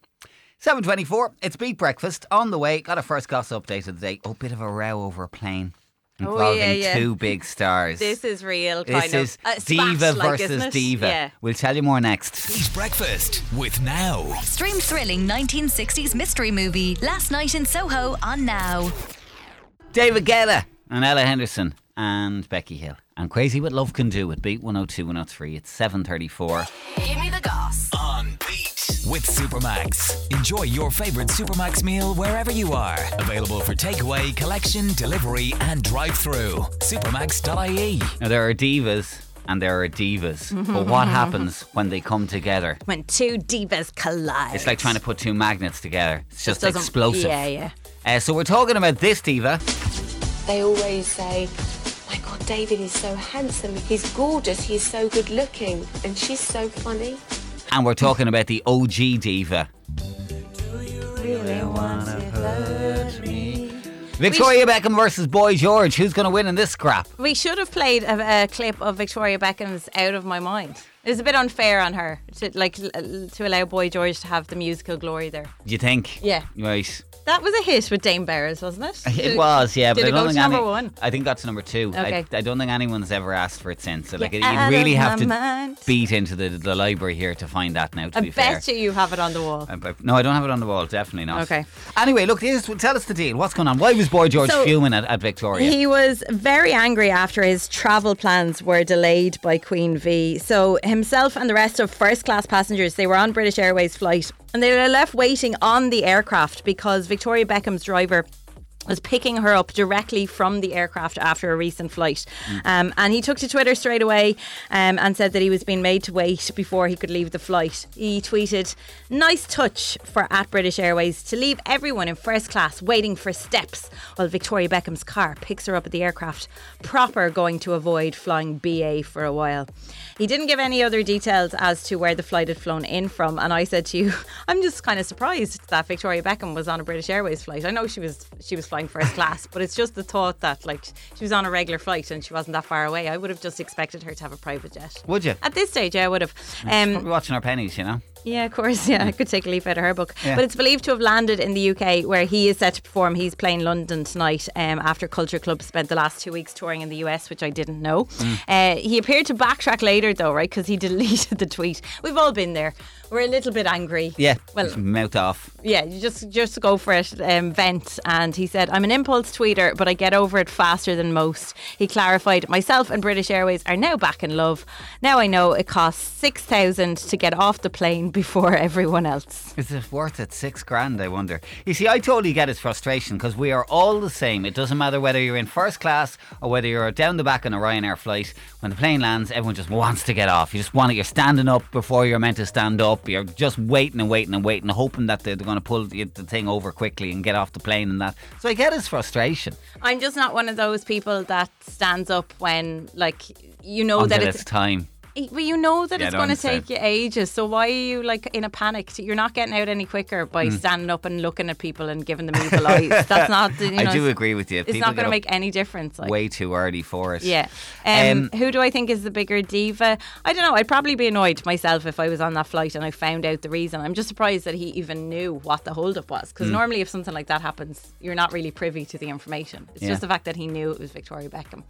Speaker 4: 724, it's Beat Breakfast. On the way, got a first gossip update of the day. Oh, bit of a row over a plane involving
Speaker 5: Oh, yeah, yeah.
Speaker 4: two big stars.
Speaker 5: This is real.
Speaker 4: This
Speaker 5: Kind
Speaker 4: is
Speaker 5: of, a spat,
Speaker 4: diva
Speaker 5: like, isn't
Speaker 4: versus
Speaker 5: it?
Speaker 4: diva.
Speaker 5: Yeah.
Speaker 4: We'll tell you more next.
Speaker 2: Beat Breakfast with Now.
Speaker 3: Stream thrilling 1960s mystery movie Last Night in Soho on Now.
Speaker 4: David Guetta and Ella Henderson and Becky Hill. And Crazy What Love Can Do at Beat 102 103. It's 734.
Speaker 3: Give me the goss.
Speaker 2: On Beat with Supermax. Enjoy your favorite Supermax meal wherever you are. Available for takeaway, collection, delivery, and drive through. Supermax.ie.
Speaker 4: Now, there are divas and there are divas.
Speaker 5: Mm-hmm.
Speaker 4: but what happens when they come together?
Speaker 5: When two divas collide.
Speaker 4: It's like trying to put two magnets together. It's just
Speaker 5: doesn't-
Speaker 4: explosive.
Speaker 5: Yeah, yeah.
Speaker 4: Uh, so we're talking about this diva.
Speaker 12: They always say, My God, David is so handsome. He's gorgeous. He's so good looking. And she's so funny.
Speaker 4: And we're talking about the OG diva. Victoria Beckham versus Boy George. Who's going to win in this scrap?
Speaker 5: We should have played a, a clip of Victoria Beckham's "Out of My Mind." It was a bit unfair on her, to, like l- to allow Boy George to have the musical glory there.
Speaker 4: Do you think?
Speaker 5: Yeah.
Speaker 4: Right.
Speaker 5: That was a hit with Dame Bears, wasn't it?
Speaker 4: It was, yeah.
Speaker 5: Did
Speaker 4: but
Speaker 5: it
Speaker 4: I don't
Speaker 5: go to
Speaker 4: think
Speaker 5: number
Speaker 4: any-
Speaker 5: one?
Speaker 4: I think that's number two.
Speaker 5: Okay.
Speaker 4: I, I don't think anyone's ever asked for it since. So like,
Speaker 5: Yeah,
Speaker 4: you
Speaker 5: out
Speaker 4: really
Speaker 5: of
Speaker 4: have
Speaker 5: my
Speaker 4: to
Speaker 5: mind.
Speaker 4: beat into the, the library here to find that now. To
Speaker 5: I
Speaker 4: be fair.
Speaker 5: bet you you have it on the wall.
Speaker 4: I- I- No, I don't have it on the wall. Definitely not.
Speaker 5: Okay.
Speaker 4: Anyway, look, this, tell us the deal. What's going on? Why was Boy George
Speaker 5: So-
Speaker 4: fuming at, at Victoria?
Speaker 5: He was very angry after his travel plans were delayed by Queen V. So himself and the rest of first class passengers, they were on British Airways flight and they were left waiting on the aircraft because Victoria Beckham's driver was picking her up directly from the aircraft after a recent flight. Um, and he took to Twitter straight away um, and said that he was being made to wait before he could leave the flight. He tweeted, Nice touch for at British Airways to leave everyone in first class waiting for steps while Victoria Beckham's car picks her up at the aircraft. Proper going to avoid flying BA for a while. He didn't give any other details as to where the flight had flown in from. And I said to you, I'm just kind of surprised that Victoria Beckham was on a British Airways flight. I know she was she was flying first class, but it's just the thought that like she was on a regular flight and she wasn't that far away. I would have just expected her to have a private jet.
Speaker 4: Would you?
Speaker 5: At this stage, yeah, I would have. Um,
Speaker 4: Probably watching our pennies, you know.
Speaker 5: yeah, of course. Yeah, I could take a leaf out of her book. But it's believed to have landed in the UK, where he is set to perform. He's playing London tonight um, after Culture Club spent the last two weeks touring in the US, which I didn't know. Uh, he appeared to backtrack later, though, right? Because he deleted the tweet. We've all been there. We're a little bit angry.
Speaker 4: Yeah.
Speaker 5: Well,
Speaker 4: Just mouth off.
Speaker 5: yeah, you just just go for it. Um, vent, and he said, "I'm an impulse tweeter, but I get over it faster than most." He clarified, "Myself and British Airways are now back in love. Now I know it costs six thousand to get off the plane before everyone else.
Speaker 4: Is it worth it? Six grand, I wonder. You see, I totally get his frustration because we are all the same. It doesn't matter whether you're in first class or whether you're down the back on a Ryanair flight. When the plane lands, everyone just wants to get off. You just want it. You're standing up before you're meant to stand up. You're just waiting and waiting and waiting, hoping that they're going to pull the the thing over quickly and get off the plane and that. So I get his frustration.
Speaker 5: I'm just not one of those people that stands up when, like, you know
Speaker 4: until
Speaker 5: Oh, that
Speaker 4: it's, time.
Speaker 5: Eh, But you know that
Speaker 4: Yeah,
Speaker 5: it's
Speaker 4: no,
Speaker 5: going to
Speaker 4: I'm saying-
Speaker 5: take you ages. So why are you like in a panic? You're not getting out any quicker by
Speaker 4: Hmm.
Speaker 5: standing up and looking at people and giving them evil eyes. That's not. You know,
Speaker 4: I do
Speaker 5: it's-
Speaker 4: agree with you.
Speaker 5: It's
Speaker 4: People
Speaker 5: not going
Speaker 4: get
Speaker 5: to
Speaker 4: up
Speaker 5: make any difference. Like.
Speaker 4: way too early for it.
Speaker 5: Yeah. Um,
Speaker 4: Um,
Speaker 5: who do I think is the bigger diva? I don't know. I'd probably be annoyed myself if I was on that flight and I found out the reason. I'm just surprised that he even knew what the holdup was.
Speaker 4: Hmm.
Speaker 5: Because normally, if something like that happens, you're not really privy to the information. It's
Speaker 4: Yeah.
Speaker 5: just the fact that he knew it was Victoria Beckham.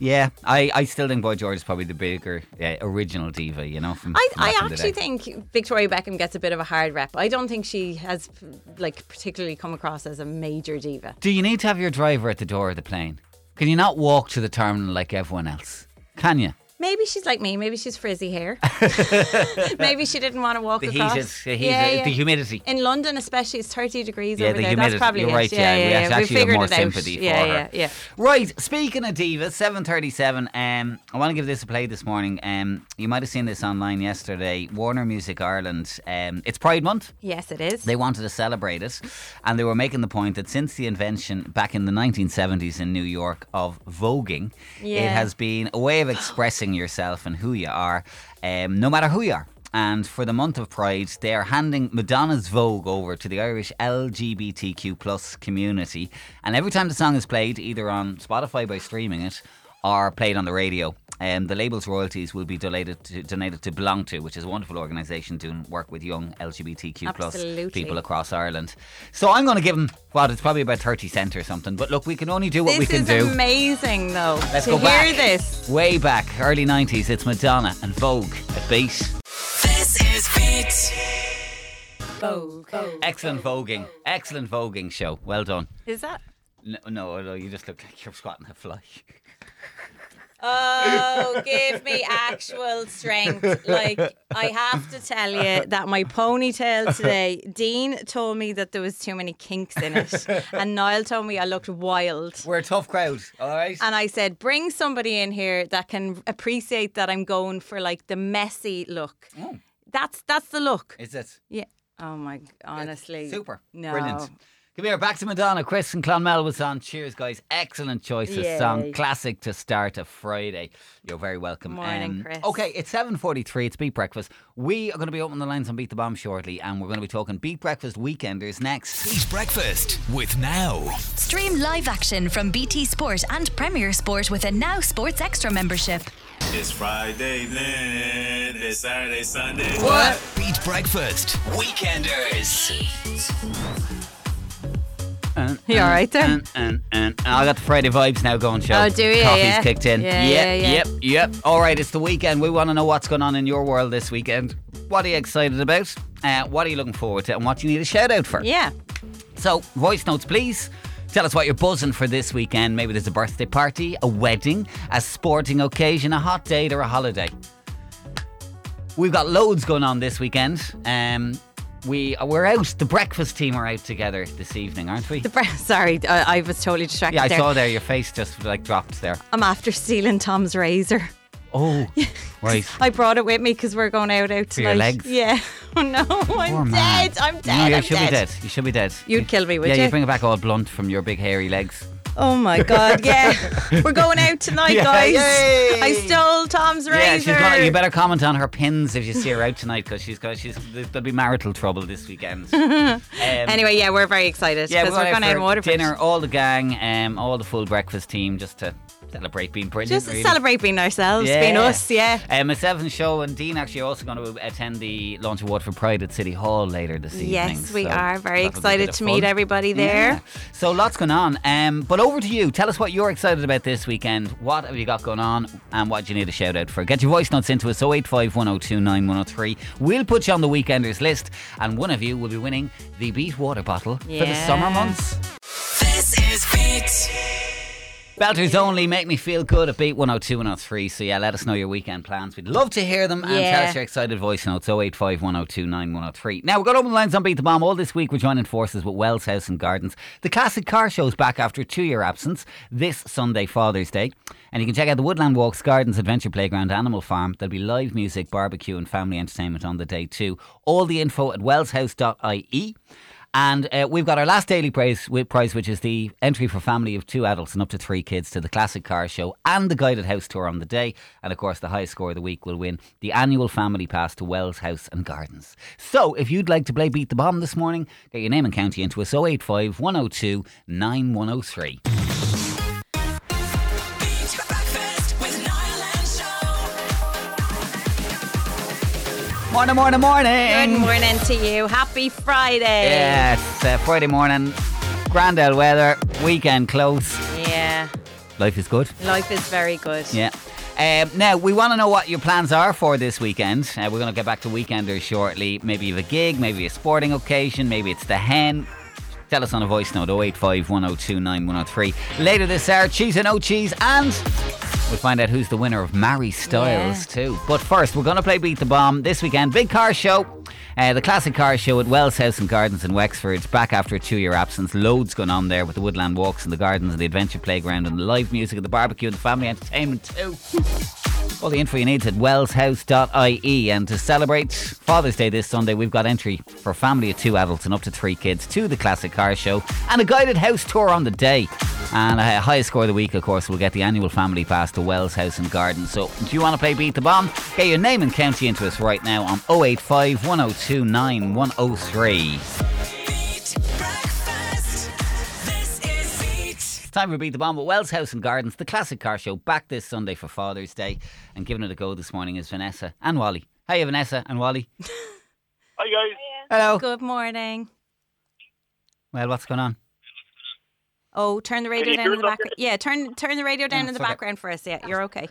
Speaker 4: Yeah, I, I still think Boy George is probably the bigger uh, original diva, you know. From,
Speaker 5: I,
Speaker 4: from back
Speaker 5: I
Speaker 4: in the
Speaker 5: actually
Speaker 4: day.
Speaker 5: think Victoria Beckham gets a bit of a hard rep. I don't think she has like particularly come across as a major diva.
Speaker 4: Do you need to have your driver at the door of the plane? Can you not walk to the terminal like everyone else? Can you?
Speaker 5: Maybe she's like me. Maybe she's frizzy hair. maybe she didn't want to walk
Speaker 4: The heat
Speaker 5: across.
Speaker 4: is- the heat is- the humidity.
Speaker 5: In London, especially, it's thirty degrees
Speaker 4: Yeah,
Speaker 5: over
Speaker 4: the
Speaker 5: there.
Speaker 4: humidity.
Speaker 5: That's probably
Speaker 4: You're
Speaker 5: it.
Speaker 4: right, yeah.
Speaker 5: yeah,
Speaker 4: We
Speaker 5: yeah.
Speaker 4: actually have
Speaker 5: figured
Speaker 4: more
Speaker 5: it out.
Speaker 4: sympathy for
Speaker 5: yeah,
Speaker 4: her.
Speaker 5: Yeah, yeah.
Speaker 4: Right. Speaking of divas, seven thirty-seven. Um, I want to give this a play this morning. Um, you might have seen this online yesterday. Warner Music Ireland. Um, it's Pride Month.
Speaker 5: Yes, it is.
Speaker 4: They wanted to celebrate it, and they were making the point that since the invention back in the 1970s in New York of voguing, it
Speaker 5: Yeah.
Speaker 4: has been a way of expressing yourself and who you are, um, no matter who you are. And for the month of Pride, they are handing Madonna's Vogue over to the Irish LGBTQ plus community. And every time the song is played, either on Spotify by streaming it or played on the radio, um, the label's royalties will be donated to, donated to Belong to, which is a wonderful organisation doing work with young LGBTQ plus
Speaker 5: Absolutely.
Speaker 4: people across Ireland. So I'm going to give them, well, it's probably about 30 cent or something, but look, we can only do what
Speaker 5: this
Speaker 4: we can
Speaker 5: is
Speaker 4: do.
Speaker 5: amazing, though.
Speaker 4: Let's
Speaker 5: to
Speaker 4: go back.
Speaker 5: hear this.
Speaker 4: Way back, early 90s, it's Madonna and Vogue at Beat.
Speaker 6: This is Beat.
Speaker 4: Excellent voguing. Excellent voguing show. Well done.
Speaker 5: Is that?
Speaker 4: No, no, no, you just look like you're squatting a fly.
Speaker 5: Oh, give me actual strength. Like, I have to tell you that my ponytail today, Dean told me that there was too many kinks in it. And Niall told me I looked wild.
Speaker 4: We're a tough crowd, all right?
Speaker 5: And I said, bring somebody in here that can appreciate that I'm going for like the messy look.
Speaker 4: Mm.
Speaker 5: That's that's the look.
Speaker 4: Is it?
Speaker 5: yeah. Oh my, honestly.
Speaker 4: Super.
Speaker 5: No.
Speaker 4: Brilliant. Come here, back to Madonna. Chris and Clonmel was on. Cheers, guys. Excellent choice of song.
Speaker 5: Yay.
Speaker 4: Classic to start a Friday. You're very welcome. Um,
Speaker 5: Morning, Chris.
Speaker 4: Okay, it's 7.43. It's Beat Breakfast. We are going to be opening the lines on Beat the Bomb shortly, and we're going to be talking Beat Breakfast Weekenders next.
Speaker 2: Beat Breakfast with Now.
Speaker 3: Stream live action from BT Sport and Premier Sport with a Now Sports Extra membership.
Speaker 13: It's Friday, then it's Saturday, Sunday.
Speaker 4: What?
Speaker 2: Beat Breakfast Weekenders.
Speaker 5: You all right there?
Speaker 4: And, and, and, and Ah, I got the Friday vibes now going, Show.
Speaker 5: Oh, do you?
Speaker 4: Coffee's
Speaker 5: Yeah.
Speaker 4: kicked in.
Speaker 5: Yeah,
Speaker 4: yep,
Speaker 5: yeah, yeah.
Speaker 4: yep, yep. All right, it's the weekend. We want to know what's going on in your world this weekend. What are you excited about? Uh, what are you looking forward to? And what do you need a shout out for?
Speaker 5: yeah.
Speaker 4: So, voice notes, please. Tell us what you're buzzing for this weekend. Maybe there's a birthday party, a wedding, a sporting occasion, a hot date, or a holiday. We've got loads going on this weekend. Um, we we're out. The breakfast team are out together this evening, aren't we?
Speaker 5: The bre- Sorry, I, I was totally distracted
Speaker 4: yeah, I
Speaker 5: there.
Speaker 4: saw there. Your face just like dropped there.
Speaker 5: I'm after stealing Tom's razor.
Speaker 4: Oh, right.
Speaker 5: I brought it with me because we're going out out tonight.
Speaker 4: your legs?
Speaker 5: Yeah. Oh no, I'm
Speaker 4: Poor man.
Speaker 5: dead. I'm
Speaker 4: No,
Speaker 5: dead.
Speaker 4: you
Speaker 5: I'm
Speaker 4: should be dead. You should be dead.
Speaker 5: You'd kill me, would
Speaker 4: yeah,
Speaker 5: you?
Speaker 4: bring it back all blunt from your big hairy legs.
Speaker 5: Oh my god, yeah. we're going out tonight,
Speaker 4: Yeah,
Speaker 5: guys.
Speaker 4: yay.
Speaker 5: I stole Tom's
Speaker 4: Yeah, she's
Speaker 5: razor.
Speaker 4: gonna, you better comment on her pins if you see her out tonight because she's got she's there'll be marital trouble this weekend. Um,
Speaker 5: Anyway, yeah, we're very excited
Speaker 4: yeah,
Speaker 5: because we're going out in
Speaker 4: for
Speaker 5: Waterford.
Speaker 4: dinner, all the gang, um, all the full breakfast team, just to celebrate being brilliant.
Speaker 5: Just
Speaker 4: really.
Speaker 5: celebrate being ourselves, being us, yeah.
Speaker 4: Um, myself and show and Dean actually also going to attend the launch of Waterford Pride at City Hall later this evening.
Speaker 5: Yes, we
Speaker 4: so
Speaker 5: are
Speaker 4: that'll be
Speaker 5: very
Speaker 4: a bit
Speaker 5: excited
Speaker 4: of
Speaker 5: to meet
Speaker 4: fun.
Speaker 5: everybody
Speaker 4: Yeah.
Speaker 5: there.
Speaker 4: So lots going on. Um, but over to you. Tell us what you're excited about this weekend. What have you got going on and what do you need a shout out for? Get your voice notes into us 085 102 9103. We'll put you on the weekenders list and one of you will be winning the Beat water bottle for the
Speaker 5: Yeah.
Speaker 4: summer months.
Speaker 6: This is Beat.
Speaker 4: Belters only make me feel good at Beat 102 103. So, yeah, let us know your weekend plans. We'd love to hear them. And tell
Speaker 14: Yeah.
Speaker 4: us your excited voice notes 085 102 9103. Now, we've got open lines on Beat the Bomb. All this week, we're joining forces with Wells House and Gardens. The classic car show's back after a two year absence this Sunday, Father's Day. And you can check out the Woodland Walks, Gardens, Adventure Playground, Animal Farm. There'll be live music, barbecue, and family entertainment on the day, too. All the info at wellshouse.ie. And uh, we've got our last daily prize, wi- prize, which is the entry for family of two adults and up to three kids to the classic car show and the guided house tour on the day. And of course, the highest score of the week will win the annual family pass to Wells House and Gardens. So if you'd like to play Beat the Bomb this morning, get your name and county into us 085 102 9103.
Speaker 6: Beat breakfast with Niall and Show.
Speaker 4: Morning, morning, morning.
Speaker 5: Good morning to you. Happy Friday.
Speaker 4: Yeah, it's uh, Friday morning, grand old weather, weekend close.
Speaker 5: Yeah.
Speaker 4: Life is good.
Speaker 5: Life is very good.
Speaker 4: Yeah. Um, now, we want to know what your plans are for this weekend. Uh, we're going to get back to weekenders shortly. Maybe you have a gig, maybe a sporting occasion, maybe it's the hen. Tell us on a voice note 085 102 9103. Later this hour, cheese and no cheese, and we'll find out who's the winner of Mary Styles, too. But first, we're going to play Beat the Bomb this weekend. Big car show. Uh, the classic car show at Wells House and Gardens in Wexford. It's back after a two year absence. Loads going on there with the woodland walks and the gardens and the adventure playground and the live music and the barbecue and the family entertainment, too. All the info you need is at wellshouse.ie. And to celebrate Father's Day this Sunday, we've got entry for a family of two adults and up to three kids to the Classic Car Show and a guided house tour on the day. And a highest score of the week, of course, will get the annual family pass to Wells House and Gardens. So do you want to play Beat the Bomb? Get your name and county into us right now on 085 102 9103.
Speaker 6: Beat breakfast. This is Beat.
Speaker 4: It's time for Beat the Bomb at Wells House and Gardens, the Classic Car Show, back this Sunday for Father's Day. And giving it a go this morning is Vanessa and Wally. Hiya, Vanessa and Wally.
Speaker 15: Hi guys.
Speaker 4: Hello.
Speaker 5: Oh. Good morning.
Speaker 4: Well, what's going on?
Speaker 5: Oh, turn the radio
Speaker 15: you
Speaker 5: down
Speaker 15: hear
Speaker 5: in the
Speaker 15: us
Speaker 5: background. Yeah, turn turn the radio down in the
Speaker 4: okay.
Speaker 5: background for us. Yeah, you're okay.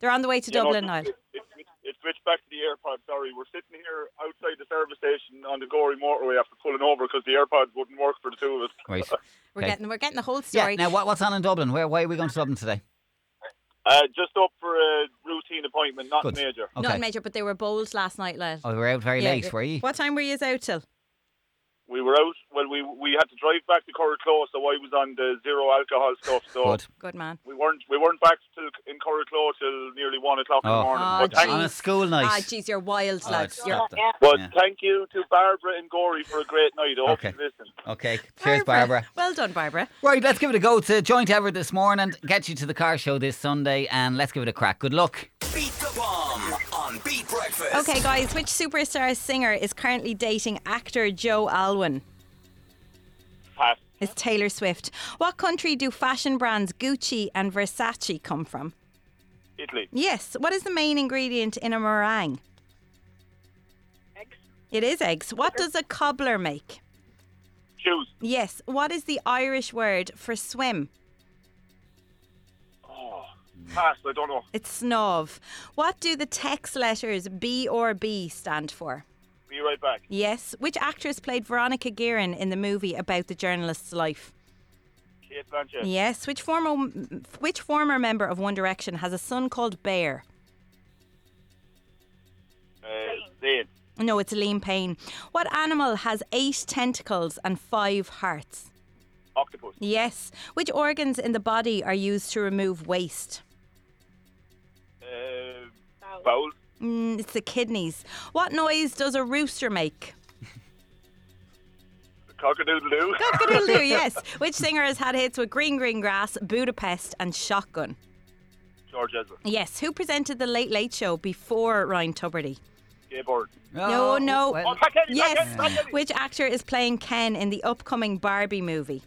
Speaker 5: They're on the way to
Speaker 15: Yeah, no,
Speaker 5: Dublin now.
Speaker 15: it's- It's it's- it's switched back to the AirPod. Sorry, we're sitting here outside the service station on the Gorey motorway after pulling over because the AirPods wouldn't work for the two of us.
Speaker 4: Right.
Speaker 5: We're
Speaker 4: Okay.
Speaker 5: getting we're getting the whole
Speaker 4: Yeah.
Speaker 5: story.
Speaker 4: Now, what, what's on in Dublin? Where, why are we going to Dublin today?
Speaker 15: Uh, just up for a routine appointment, not
Speaker 4: Good.
Speaker 15: major.
Speaker 4: Okay.
Speaker 5: Not major, but they were bold last night, Lyle.
Speaker 4: oh, we were out very
Speaker 5: Yeah,
Speaker 4: late,
Speaker 5: yeah.
Speaker 4: were you?
Speaker 5: What time were you out till?
Speaker 15: We were out. Well, we we had to drive back to Curry Close, so I was on the zero alcohol stuff. So
Speaker 4: Good.
Speaker 5: Good man.
Speaker 15: we weren't we weren't back till in Curry Close till nearly one o'clock in
Speaker 4: Oh.
Speaker 15: the morning.
Speaker 5: Oh,
Speaker 15: but thank,
Speaker 4: On a school
Speaker 5: Ah,
Speaker 4: night.
Speaker 5: jeez, you're wild,
Speaker 4: Oh,
Speaker 5: lads.
Speaker 4: it's
Speaker 5: You're
Speaker 4: not that.
Speaker 15: but
Speaker 4: Yeah.
Speaker 15: thank you to Barbara and Gorey for a great night. I hope
Speaker 4: Okay.
Speaker 15: you listen.
Speaker 4: Okay. Cheers, Barbara.
Speaker 5: Well done, Barbara.
Speaker 4: Right, let's give it a go to Joint Ever this morning. Get you to the car show this Sunday, and let's give it a crack. Good luck.
Speaker 2: Beat the Bomb on Beat Breakfast.
Speaker 5: Okay, guys, which superstar singer is currently dating actor Joe Alwyn?
Speaker 15: Pass.
Speaker 5: It's Taylor Swift. What country do fashion brands Gucci and Versace come from?
Speaker 15: Italy.
Speaker 5: Yes. What is the main ingredient in a meringue?
Speaker 16: Eggs.
Speaker 5: It is eggs. What does a cobbler make?
Speaker 15: Shoes.
Speaker 5: Yes. What is the Irish word for swim?
Speaker 15: Oh, pass. I don't know.
Speaker 5: It's snov. What do the text letters B or B stand for?
Speaker 15: Be right back.
Speaker 5: Yes. Which actress played Veronica Guerin in the movie about the journalist's life?
Speaker 15: Kate Blanchett.
Speaker 5: Yes. Which former which former member of One Direction has a son called Bear?
Speaker 15: Uh, Zane.
Speaker 5: No, it's Liam Payne. What animal has eight tentacles and five hearts?
Speaker 15: Octopus.
Speaker 5: Yes. Which organs in the body are used to remove waste?
Speaker 15: Uh, Bowl.
Speaker 5: Mm, it's the kidneys. What noise does a rooster make?
Speaker 15: Cockadoodle doo.
Speaker 5: Cock-a-doodle-doo, yes. Which singer has had hits with Green Green Grass, Budapest, and Shotgun?
Speaker 15: George Ezra.
Speaker 5: Yes. Who presented the Late Late Show before Ryan Tuberty?
Speaker 15: Gay Bird.
Speaker 5: No, no.
Speaker 15: Oh,
Speaker 4: well,
Speaker 15: Pat Kenny, Pat
Speaker 5: Yes.
Speaker 15: Kenny, Pat Kenny.
Speaker 5: Which actor is playing Ken in the upcoming Barbie movie?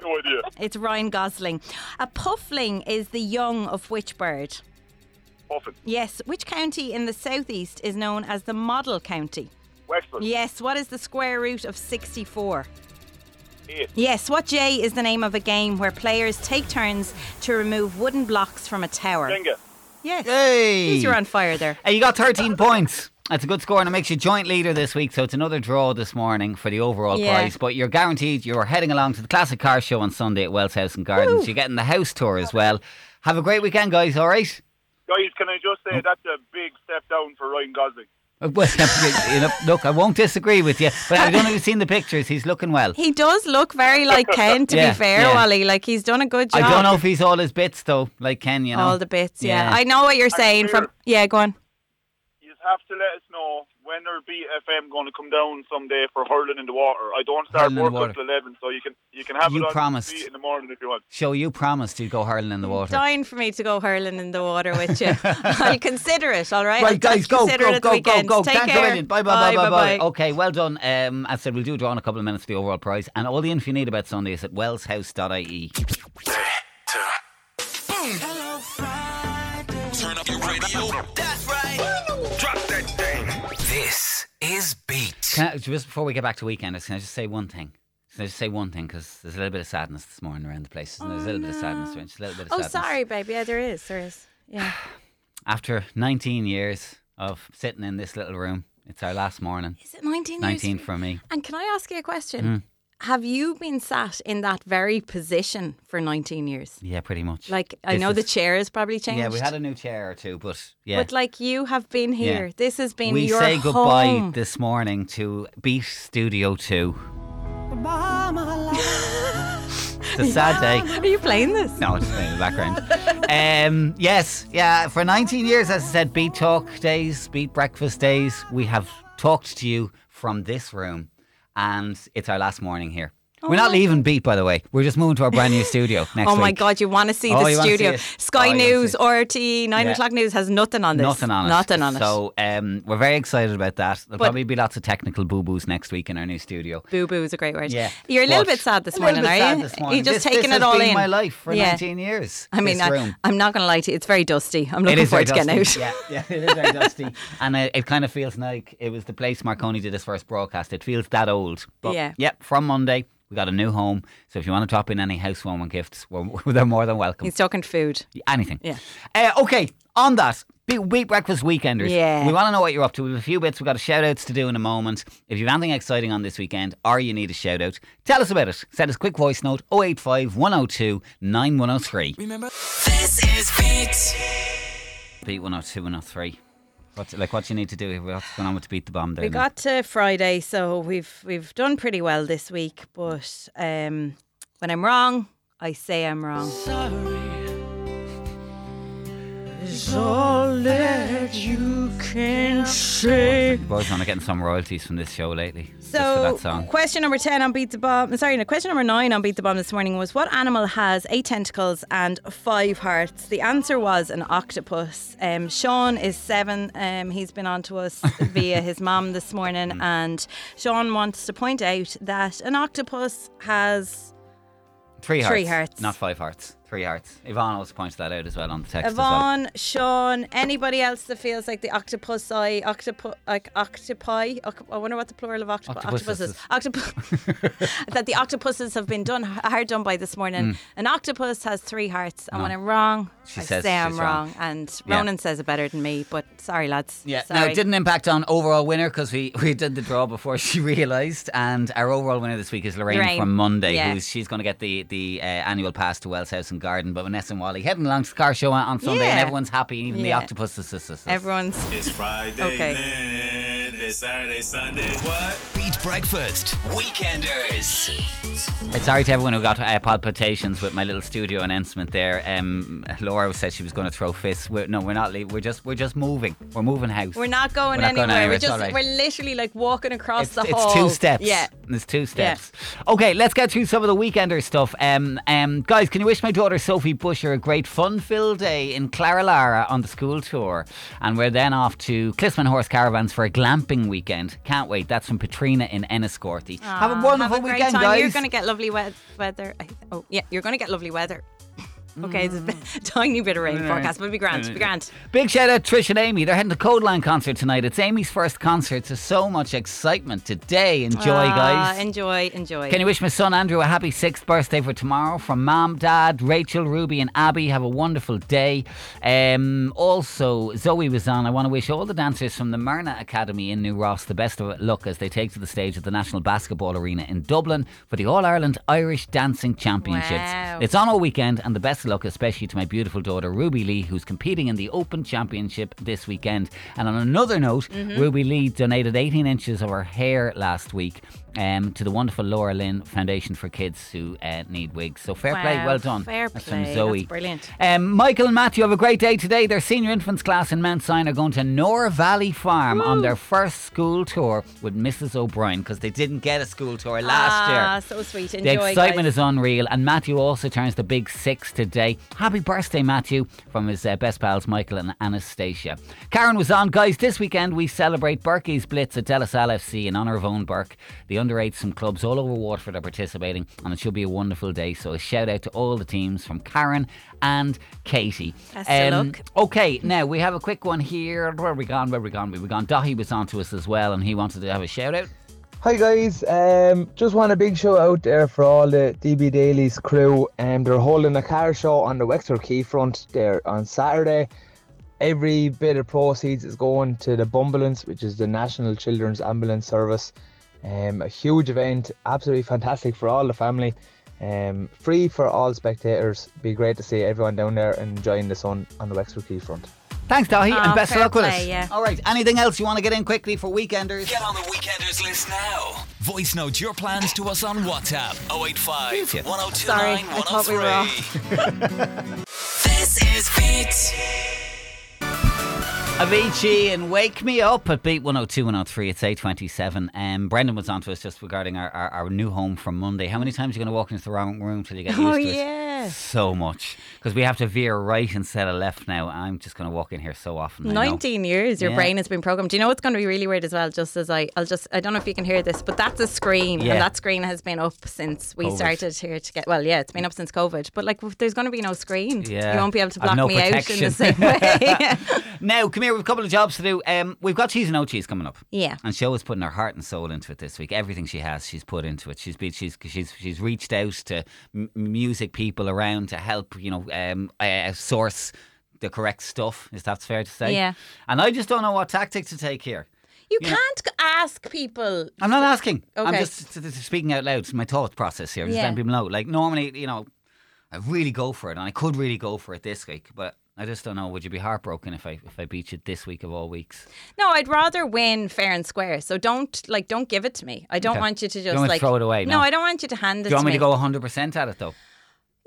Speaker 15: No idea.
Speaker 5: It's Ryan Gosling. A puffling is the young of which bird?
Speaker 15: Often.
Speaker 5: Yes. Which county in the southeast is known as the Model County?
Speaker 15: Wexford.
Speaker 5: Yes. What is the square root of 64?
Speaker 15: Eight.
Speaker 5: Yes, what J is the name of a game where players take turns to remove wooden blocks from a tower?
Speaker 15: Jenga.
Speaker 5: Yes.
Speaker 4: Hey.
Speaker 5: Jeez, you're on fire there.
Speaker 4: Uh, you got 13 points. That's a good score and it makes you joint leader this week. So it's another draw this morning for the overall
Speaker 5: Yeah.
Speaker 4: prize. But you're guaranteed you're heading along to the Classic Car Show on Sunday at Wells House and Gardens. You're getting the house tour as well. Have a great weekend, guys, all right?
Speaker 15: Guys, can I just say that's a big step down for Ryan Gosling?
Speaker 4: Uh, Well, you know, look, I won't disagree with you, but I don't know if you've seen the pictures. He's looking well.
Speaker 5: He does look very like Ken, to
Speaker 4: Yeah,
Speaker 5: be fair,
Speaker 4: yeah.
Speaker 5: Wally. Like he's done a good
Speaker 4: I
Speaker 5: job.
Speaker 4: don't know if he's all his bits, though, like Ken, you know.
Speaker 5: all the bits. Yeah. I know what you're saying. From yeah, go on.
Speaker 15: You have to let us know when are BFM going to come down someday for hurling in the water. I don't start
Speaker 4: Hurling in the
Speaker 15: work
Speaker 4: water.
Speaker 15: until eleven, so you can you can have
Speaker 4: You
Speaker 15: it on
Speaker 4: promised.
Speaker 15: TV in the morning if you want.
Speaker 4: Show you promised you'd go hurling in the water.
Speaker 5: Dying for me to go hurling in the water with you. I'll consider it. All right.
Speaker 4: Right,
Speaker 5: I'll,
Speaker 4: guys,
Speaker 5: I'll
Speaker 4: go,
Speaker 5: consider it
Speaker 4: go,
Speaker 5: at
Speaker 4: go,
Speaker 5: the
Speaker 4: go,
Speaker 5: weekend.
Speaker 4: go.
Speaker 5: Take
Speaker 4: Thanks
Speaker 5: care.
Speaker 4: a million. Bye, bye, bye, bye, bye. Okay, well done. Um, as I said, we'll do draw in a couple of minutes for the overall prize. And all the info you need about Sunday is at wellshouse.ie.
Speaker 6: Hello, Friday. Turn up your radio. That's right. Drop that thing. This is Beat.
Speaker 4: Can I, just before we get back to weekenders, can I just say one thing? Can I just say one thing? Because there's a little bit of sadness this morning around the place. isn't there? there's a little bit of sadness. Just a little bit of
Speaker 5: Oh,
Speaker 4: sadness.
Speaker 5: sorry, babe. Yeah, there is. There is. Yeah.
Speaker 4: After 19 years of sitting in this little room, it's our last morning.
Speaker 5: Is it 19 years?
Speaker 4: 19 for me. Hmm.
Speaker 5: And can I ask you a question? Have you been sat in that very position for 19 years?
Speaker 4: Yeah, pretty much.
Speaker 5: Like, I
Speaker 4: This
Speaker 5: know the
Speaker 4: is-
Speaker 5: chair has probably changed.
Speaker 4: Yeah, we had a new chair or two, but yeah.
Speaker 5: But like, you have been
Speaker 4: Yeah.
Speaker 5: here. This has been
Speaker 4: we
Speaker 5: your
Speaker 4: say goodbye
Speaker 5: home.
Speaker 4: this morning to Beat Studio 2. It's a sad day.
Speaker 5: Are you playing this?
Speaker 4: No, it's playing in the background. um, yes, yeah, for 19 years, as I said, Beat Talk days, Beat Breakfast days, we have talked to you from this room, and it's our last morning here. We're not leaving Beat, by the way. We're just moving to our brand new studio next
Speaker 5: oh my
Speaker 4: week.
Speaker 5: God, you want to see
Speaker 4: Oh, you
Speaker 5: the
Speaker 4: wanna see
Speaker 5: studio.
Speaker 4: it.
Speaker 5: Sky
Speaker 4: Oh, you wanna
Speaker 5: News, RTE, 9
Speaker 4: Yeah.
Speaker 5: o'clock news has nothing on this.
Speaker 4: Nothing on it.
Speaker 5: Nothing on it.
Speaker 4: So um, we're very excited about that. There'll
Speaker 5: But-
Speaker 4: probably be lots of technical boo boos next week in our new studio.
Speaker 5: Boo boo is a great word.
Speaker 4: Yeah.
Speaker 5: You're a little
Speaker 4: But
Speaker 5: bit sad this
Speaker 4: a little
Speaker 5: morning,
Speaker 4: bit
Speaker 5: are
Speaker 4: sad
Speaker 5: you?
Speaker 4: this morning.
Speaker 5: You're
Speaker 4: This-
Speaker 5: just
Speaker 4: this
Speaker 5: taking it
Speaker 4: has
Speaker 5: all
Speaker 4: been
Speaker 5: in.
Speaker 4: my life for 19 years,
Speaker 5: I mean,
Speaker 4: this
Speaker 5: I,
Speaker 4: room.
Speaker 5: I'm not going to lie to you. It's very dusty. I'm
Speaker 4: It
Speaker 5: looking
Speaker 4: is very
Speaker 5: forward to getting out.
Speaker 4: dusty. Yeah, yeah, it is very dusty. And it, it kind of feels like it was the place Marconi did his first broadcast. It feels that old. But
Speaker 5: Yeah.
Speaker 4: Yep, from Monday, we got a new home. So if you want to drop in any housewarming gifts, we're, they're more than welcome.
Speaker 5: He's talking food.
Speaker 4: Anything.
Speaker 5: Yeah.
Speaker 4: Uh, okay, on that, Be- Beat Breakfast Weekenders.
Speaker 5: Yeah.
Speaker 4: We want to know what you're up to. We have a few bits. We've got shout outs to do in a moment. If you've anything exciting on this weekend or you need a shout out, tell us about it. Send us a quick voice note 085 102 9103.
Speaker 6: Remember? This is Beat.
Speaker 4: Beat 102 103. What, oh like, what do you need to do? here? What's going on with the Beat the Bomb there?
Speaker 5: We
Speaker 4: now?
Speaker 5: got to Friday, so we've we've done pretty well this week. But um, when I'm wrong, I say I'm wrong. you can say.
Speaker 4: Boys on are getting some royalties from this show lately. just for
Speaker 5: So,
Speaker 4: that song.
Speaker 5: question number 10 on Beat the Bomb. Sorry, no, question number 9 on Beat the Bomb this morning was what animal has eight tentacles and five hearts? The answer was an octopus. Um, Sean is seven. Um, he's been on to us via his mum this morning,
Speaker 4: Mm.
Speaker 5: and Sean wants to point out that an octopus has.
Speaker 4: Three hearts.
Speaker 5: Three hearts.
Speaker 4: Not five hearts. Three hearts. Yvonne also pointed that out as well on the text. as well.
Speaker 5: Yvonne, Sean, anybody else that feels like the octopus eye, octopu- like octopi, oc- I wonder what the plural of octopus,
Speaker 4: Octopuses.
Speaker 5: octopuses, octopus, that the octopuses have been done hard done by this morning.
Speaker 4: Mm.
Speaker 5: An octopus has three hearts, and
Speaker 4: No.
Speaker 5: when I'm wrong,
Speaker 4: She
Speaker 5: I
Speaker 4: says
Speaker 5: say I'm
Speaker 4: she's
Speaker 5: wrong.
Speaker 4: wrong.
Speaker 5: And
Speaker 4: Yeah.
Speaker 5: Ronan says it better than me, but sorry, lads.
Speaker 4: Yeah,
Speaker 5: sorry.
Speaker 4: now it didn't impact on overall winner because we, we did the draw before she realised. And our overall winner this week is Lorraine,
Speaker 5: Lorraine,
Speaker 4: from Monday,
Speaker 5: yeah.
Speaker 4: who's she's going to get the the uh, annual pass to Wells House and Garden. But Vanessa and Wally heading along to the car show on, on Sunday, and
Speaker 5: Yeah.
Speaker 4: everyone's happy, even the
Speaker 5: Yeah.
Speaker 4: octopus sisters.
Speaker 5: Everyone's
Speaker 13: It's Friday,
Speaker 5: Okay.
Speaker 13: then it's Saturday, Sunday. What?
Speaker 2: Beat Breakfast. Weekenders.
Speaker 4: It's sorry to everyone who got uh, palpitations with my little studio announcement there. Um, Laura said she was going to throw fists. We're, no, we're not. le- We're just we're just moving. We're moving house.
Speaker 5: We're not going
Speaker 4: We're not
Speaker 5: anywhere.
Speaker 4: going anywhere,
Speaker 5: We're
Speaker 4: it's
Speaker 5: just
Speaker 4: all right.
Speaker 5: we're literally like walking across the
Speaker 4: it's
Speaker 5: hall.
Speaker 4: two steps.
Speaker 5: Yeah.
Speaker 4: It's two steps. Okay, let's get through some of the weekender stuff. Um, um, guys, can you wish my daughter Sophie Busher a great fun filled day in Claralara on the school tour? And we're then off to Clisman Horse Caravans for a glamping weekend. Can't wait. That's from Patrina in Enniscorthy. have a
Speaker 5: Aw,
Speaker 4: wonderful
Speaker 5: have a great
Speaker 4: weekend,
Speaker 5: time.
Speaker 4: guys.
Speaker 5: You're going to get lovely we- weather. I- Oh, yeah, you're going to get lovely weather. Okay, it's a bit,
Speaker 4: Mm.
Speaker 5: tiny bit of rain forecast, but it'd be grand. it'd be grand.
Speaker 4: Big shout out Trish and Amy. They're heading to Codeland concert tonight. It's Amy's first concert. There's so much excitement today. Enjoy,
Speaker 5: Ah,
Speaker 4: guys.
Speaker 5: Enjoy, enjoy.
Speaker 4: Can you wish my son Andrew a happy sixth birthday for tomorrow from Mom, Dad, Rachel, Ruby, and Abby? Have a wonderful day. Um, also, Zoe was on. I want to wish all the dancers from the Myrna Academy in New Ross the best of luck as they take to the stage at the National Basketball Arena in Dublin for the All Ireland Irish Dancing Championships.
Speaker 17: Wow.
Speaker 4: It's on all weekend, and the best of luck, especially to my beautiful daughter Ruby Lee, who's competing in the Open Championship this weekend. And on another note,
Speaker 5: Mm-hmm.
Speaker 17: Mhm.
Speaker 4: Ruby Lee donated 18 inches of her hair last week um, to the wonderful Laura Lynn Foundation for Kids who uh, need wigs. So fair play,
Speaker 5: Wow,
Speaker 4: well done.
Speaker 5: Fair
Speaker 4: That's
Speaker 5: play.
Speaker 4: from Zoe.
Speaker 5: That's brilliant.
Speaker 4: Um, Michael and Matthew have a great day today. Their senior infants class in Mount Sinai are going to Nor Valley Farm on their first school tour with Mrs. O'Brien because they didn't get a school tour last year.
Speaker 5: Ah, so sweet. Enjoy,
Speaker 4: the excitement
Speaker 5: guys.
Speaker 4: is unreal, and Matthew also turns the big six today. Happy birthday, Matthew, from his uh, best pals Michael and Anastasia. Karen was on, guys. This weekend we celebrate Berkey's Blitz at Delasal FC in honour of Owen Burke. The underage from clubs all over Waterford are participating, and it should be a wonderful day. So a shout out to all the teams from Karen and Katie. Um,
Speaker 17: Best of luck.
Speaker 4: Okay, now we have a quick one here. Where we gone? Where we gone? Where we gone? Dahi was on to us as well, and he wanted to have a shout out.
Speaker 18: Hi guys, um, just want a big shout out there for all the DB Daily's crew. Um, they're holding a car show on the Wexford Quayfront there on Saturday. Every bit of proceeds is going to the Bumbulance, which is the National Children's Ambulance Service. Um, a huge event, absolutely fantastic for all the family. Um, free for all spectators. Be great to see everyone down there enjoying the sun on the Wexford Quayfront.
Speaker 4: Thanks, Dahi,
Speaker 18: Oh,
Speaker 4: and best of
Speaker 18: fair
Speaker 4: luck with
Speaker 18: play,
Speaker 4: us.
Speaker 18: yeah.
Speaker 4: All right, anything else you want to get in quickly for Weekenders?
Speaker 2: Get on the Weekenders list now. Oh Voice note your plans to us on WhatsApp 085
Speaker 17: Sorry,
Speaker 2: 1029
Speaker 17: I thought we were
Speaker 2: 103. This is Beat.
Speaker 4: Avicii and Wake Me Up at Beat 102 103. It's 827. Um, Brendan was on to us just regarding our, our, our new home from Monday. How many times are you going to walk into the wrong room till you get used
Speaker 5: Oh,
Speaker 4: to it?
Speaker 5: yeah.
Speaker 4: So much. Because we have to veer right instead of left now. I'm just going to walk in here so often. I know.
Speaker 5: 19 years your
Speaker 4: Yeah.
Speaker 5: brain has been programmed. Do you know what's going to be really weird as well? Just as I, I'll just, I don't know if you can hear this, but that's a screen,
Speaker 4: Yeah.
Speaker 5: and that screen has been up since we
Speaker 4: COVID.
Speaker 5: started here to get. Well, yeah, it's been up since COVID, but like, there's going to be no screen.
Speaker 4: Yeah.
Speaker 5: You won't be able to
Speaker 4: I've
Speaker 5: block
Speaker 4: no
Speaker 5: me out in the
Speaker 4: protection.
Speaker 5: same way.
Speaker 4: Now, come here, we've a couple of jobs to do. Um, we've got Cheese and No Cheese coming up.
Speaker 5: yeah.
Speaker 4: And Sho is putting her heart and soul into it this week. Everything she has, she's put into it. She's been, she's she's she's reached out to m- music people around to help, you know, um, uh, source the correct stuff. If that's fair to say,
Speaker 5: Yeah.
Speaker 4: And I just don't know what tactic to take here.
Speaker 5: You
Speaker 4: Yeah.
Speaker 5: can't g- ask people.
Speaker 4: I'm not asking. I'm
Speaker 5: Okay.
Speaker 4: just t- t- speaking out loud. It's my thought process here. Just
Speaker 5: Yeah.
Speaker 4: letting people know. Like normally, you know, I really go for it, and I could really go for it this week, but I just don't know. Would you be heartbroken if I if I beat you this week of all weeks?
Speaker 5: No, I'd rather win fair and square. So don't like, don't give it to me. I don't
Speaker 4: Okay.
Speaker 5: want you to
Speaker 4: You
Speaker 5: just
Speaker 4: want me to
Speaker 5: like
Speaker 4: throw it away,
Speaker 5: No,
Speaker 4: no?
Speaker 5: I don't want you to hand
Speaker 4: Do
Speaker 5: it.
Speaker 4: you want
Speaker 5: to
Speaker 4: me to go 100 percent at it though?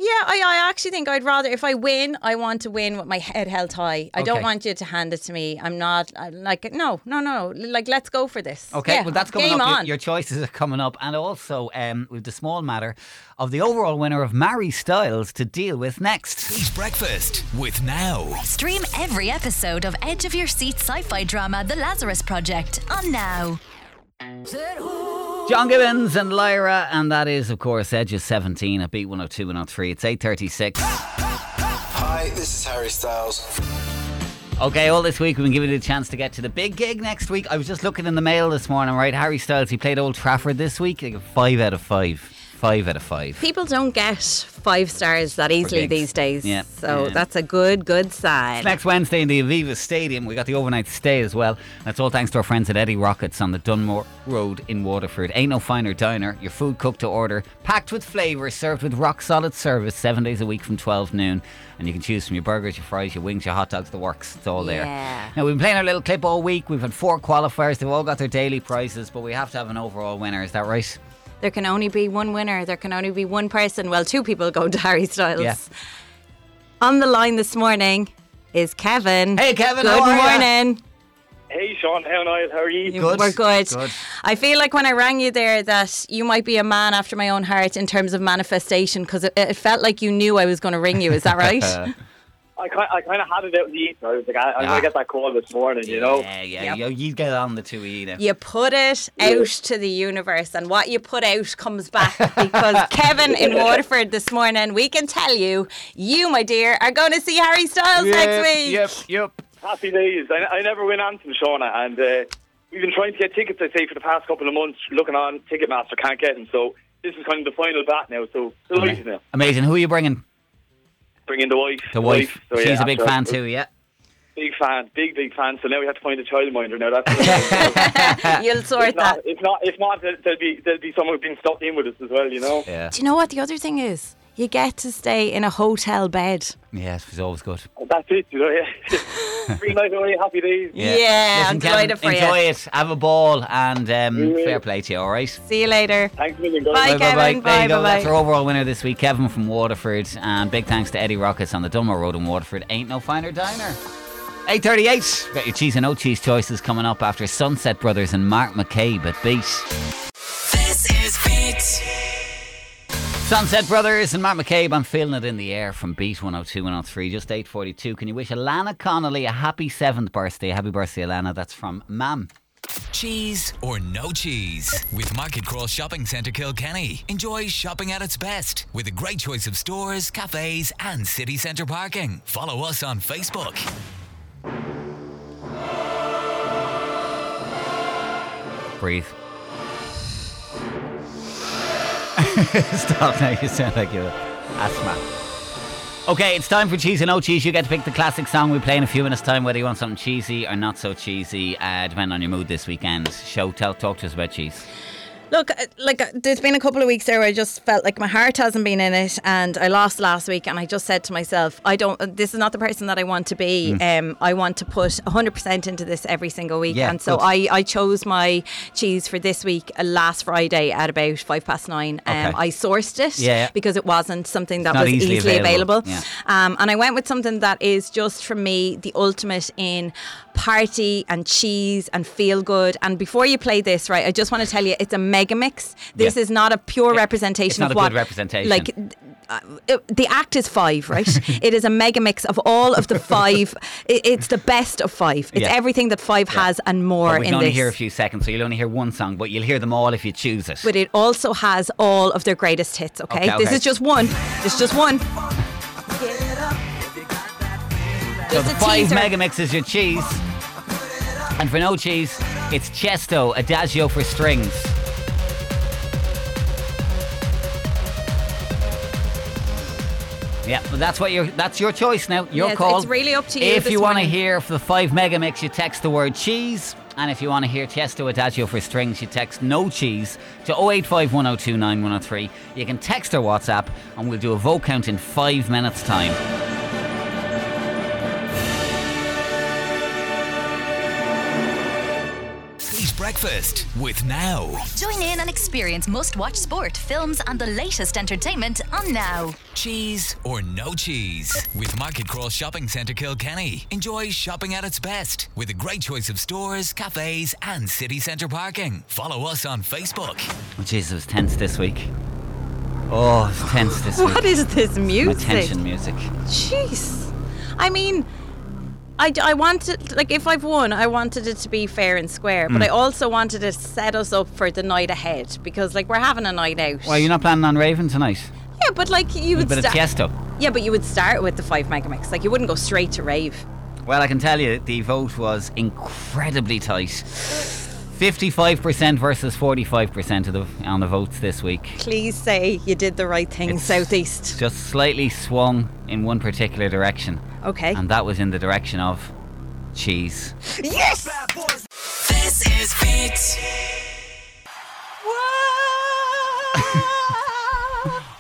Speaker 5: Yeah, I, I actually think I'd rather if I win, I want to win with my head held high. I don't
Speaker 4: Okay.
Speaker 5: want you to hand it to me. I'm not i like no, no, no. Like let's go for this.
Speaker 4: Okay,
Speaker 5: Yeah,
Speaker 4: well, that's coming
Speaker 5: game
Speaker 4: up. Your-
Speaker 5: on.
Speaker 4: Your, choices are coming up. And also, um, with the small matter of the overall winner of Mary Styles to deal with next.
Speaker 2: Eat breakfast with Now.
Speaker 3: Stream every episode of Edge of Your Seat sci fi drama The Lazarus Project on Now.
Speaker 4: John Gibbons and Lyra, and that is, of course, Edge of 17 at Beat 102 103. It's 836.
Speaker 19: Hi, this is Harry Styles.
Speaker 4: Okay, all this week we've been giving you the chance to get to the big gig next week. I was just looking in the mail this morning, right? Harry Styles, he played Old Trafford this week. Like a five out of five. Five out of five.
Speaker 5: People don't get five stars that easily
Speaker 4: gigs.
Speaker 5: these days.
Speaker 4: Yeah,
Speaker 5: So
Speaker 4: yeah.
Speaker 5: that's a good, good
Speaker 4: It's
Speaker 5: sign.
Speaker 4: next Wednesday in the Aviva Stadium. We got the overnight stay as well. That's all thanks to our friends at Eddie Rockets on the Dunmore Road in Waterford. Ain't no finer diner. Your food cooked to order, packed with flavour, served with rock solid service, seven days a week from 12 noon. And you can choose from your burgers, your fries, your wings, your hot dogs, the works. It's all there.
Speaker 17: Yeah.
Speaker 4: Now, we've been playing our little clip all week. We've had four qualifiers. They've all got their daily prizes, but we have to have an overall winner. Is that right?
Speaker 5: There can only be one winner. There can only be one person. Well, two people go to Harry Styles.
Speaker 4: Yeah.
Speaker 5: On the line this morning is Kevin. Hey,
Speaker 4: Kevin,
Speaker 5: Good
Speaker 4: how are ya?
Speaker 5: morning.
Speaker 16: Hey, Sean. How nice. How are you?
Speaker 5: We're good. I feel like when I rang you there that you might be a man after my own heart in terms of manifestation because it, it felt like you knew I was going to ring you. Is that right?
Speaker 16: I kind, I kind of had it out in the ether. I was like, I, I'm gonna get that call this morning, you know.
Speaker 4: Yeah, yeah, you, you get on the two E then.
Speaker 5: You put it out to the universe, and what you put out comes back because Kevin in Waterford this morning, we can tell you, you, my dear, are going to see Harry Styles next week.
Speaker 10: Yep, yep.
Speaker 16: Happy days. I, I never win Anthem, Shauna, and uh, we've been trying to get tickets. I say for the past couple of months, looking on Ticketmaster, can't get them. So this is kind of the final bat now. So delighted now.
Speaker 4: Amazing. Who are you bringing?
Speaker 16: Bring in the wife.
Speaker 4: The wife.
Speaker 16: So,
Speaker 4: She's
Speaker 16: yeah,
Speaker 4: a big
Speaker 16: after-
Speaker 4: fan too, yeah.
Speaker 16: Big fan, big big fan. So now we have to find a childminder. Now that's
Speaker 5: you'll sort
Speaker 16: if Not, if not, if not, there- there'll be there'll be someone being stuck in with us as well. You know.
Speaker 4: Yeah.
Speaker 5: Do you know what the other thing is? You get to stay in a hotel bed.
Speaker 4: Yes, it's always good.
Speaker 16: That's it. You know. Yeah. Free night away. Happy days.
Speaker 4: Listen, Kevin, Enjoy it. Have a ball and um, fair play to you, all right?
Speaker 5: See you later.
Speaker 16: Thanks a million,
Speaker 5: Bye, Kevin.
Speaker 4: There you
Speaker 5: Bye,
Speaker 4: go.
Speaker 5: bye,
Speaker 4: That's our
Speaker 5: bye.
Speaker 4: overall winner this week, Kevin from Waterford. And big thanks to Eddie Rockets on the Dunmore Road in Waterford. Ain't no finer diner. 8.38. Got your cheese and no cheese choices coming up after Sunset Brothers and Mark McCabe at Beat.
Speaker 6: This is Beat.
Speaker 4: Sunset Brothers and Mark McCabe, I'm feeling it in the air from Beat 102 103, just 8.42. Can you wish Alana Connolly a happy seventh birthday? Happy birthday, Alana. That's from Mam.
Speaker 2: Cheese or no cheese with Market Cross Shopping Centre Kilkenny. Enjoy shopping at its best with a great choice of stores, cafes, and city centre parking. Follow us on Facebook.
Speaker 4: Breathe. Stop now, you sound like you're asthma. Okay, it's time for Cheese and No Cheese. You get to pick the classic song we play in a few minutes' time, whether you want something cheesy or not so cheesy, uh, depending on your mood this weekend. Show, tell, talk to us about cheese.
Speaker 5: Look, uh, like uh, there's been a couple of weeks there where I just felt like my heart hasn't been in it, and I lost last week, and I just said to myself, I don't. uh, This is not the person that I want to be. Um, I want to put 100% into this every single week,
Speaker 17: Yeah,
Speaker 5: and so
Speaker 17: good.
Speaker 5: I, I chose my cheese for this week uh, last Friday at about five past nine.
Speaker 17: Okay.
Speaker 5: Um, I sourced it
Speaker 17: Yeah, yeah.
Speaker 5: because it wasn't something that
Speaker 17: not
Speaker 5: was
Speaker 17: easily
Speaker 5: easily,
Speaker 17: available.
Speaker 5: available,
Speaker 17: Yeah.
Speaker 5: um, and I went with something that is just for me the ultimate in party and cheese and feel good. And before you play this, right, I just want to tell you it's a mega mix. This
Speaker 4: Yeah.
Speaker 5: is not a pure representation
Speaker 4: It's not
Speaker 5: of
Speaker 4: a
Speaker 5: what
Speaker 4: good representation.
Speaker 5: like th- uh, it- the act is five, right? it is a mega mix of all of the five. I- it's the best of five. It's
Speaker 4: Yeah.
Speaker 5: everything that five has and more
Speaker 4: we can
Speaker 5: in
Speaker 4: only
Speaker 5: this.
Speaker 4: hear a few seconds, so you'll only hear one song, but you'll hear them all if you choose it.
Speaker 5: but it also has all of their greatest hits. Okay,
Speaker 4: Okay,
Speaker 5: this
Speaker 4: okay.
Speaker 5: is just one. It's just one.
Speaker 4: So
Speaker 5: Just
Speaker 4: the
Speaker 5: a
Speaker 4: five
Speaker 5: teaser.
Speaker 4: mega mixes your cheese. And for no cheese, it's Chesto Adagio for strings. Yeah, but that's what your that's your choice now. Your
Speaker 5: Yes,
Speaker 4: call.
Speaker 5: it's really up to you
Speaker 4: If
Speaker 5: this
Speaker 4: you want to
Speaker 5: morning.
Speaker 4: hear for the five mega mix, you text the word cheese. And if you want to hear Chesto Adagio for strings, you text no cheese to 0851029103. You can text or WhatsApp, and we'll do a vote count in five minutes' time.
Speaker 2: Eat breakfast with Now.
Speaker 3: Join in and experience must watch sport, films, and the latest entertainment on Now.
Speaker 2: Cheese or no cheese with Market Cross Shopping Centre Kilkenny. Enjoy shopping at its best with a great choice of stores, cafes, and city centre parking. Follow us on Facebook.
Speaker 4: Oh, jeez, it was tense this week. Oh, it was tense this week.
Speaker 5: What is this
Speaker 4: My
Speaker 5: music?
Speaker 4: tension music.
Speaker 5: Jeez. I mean, I, I wanted, like, if I've won, I wanted it to be fair and square, but
Speaker 4: Mm.
Speaker 5: I also wanted to set us up for the night ahead because, like, we're having a night out.
Speaker 4: Well, you're not planning on raving tonight?
Speaker 5: yeah, but, like, you
Speaker 4: a
Speaker 5: would
Speaker 4: bit of
Speaker 5: sta-
Speaker 4: Tiesto.
Speaker 5: Yeah, but you would start with the five megamix. Like, you wouldn't go straight to rave.
Speaker 4: Well, I can tell you, the vote was incredibly tight. 55% versus 45% of the, on the votes this week.
Speaker 5: Please say you did the right thing, Southeast.
Speaker 4: Just slightly swung in one particular direction.
Speaker 5: Okay.
Speaker 4: And that was in the direction of cheese.
Speaker 6: Yes! This is Beat.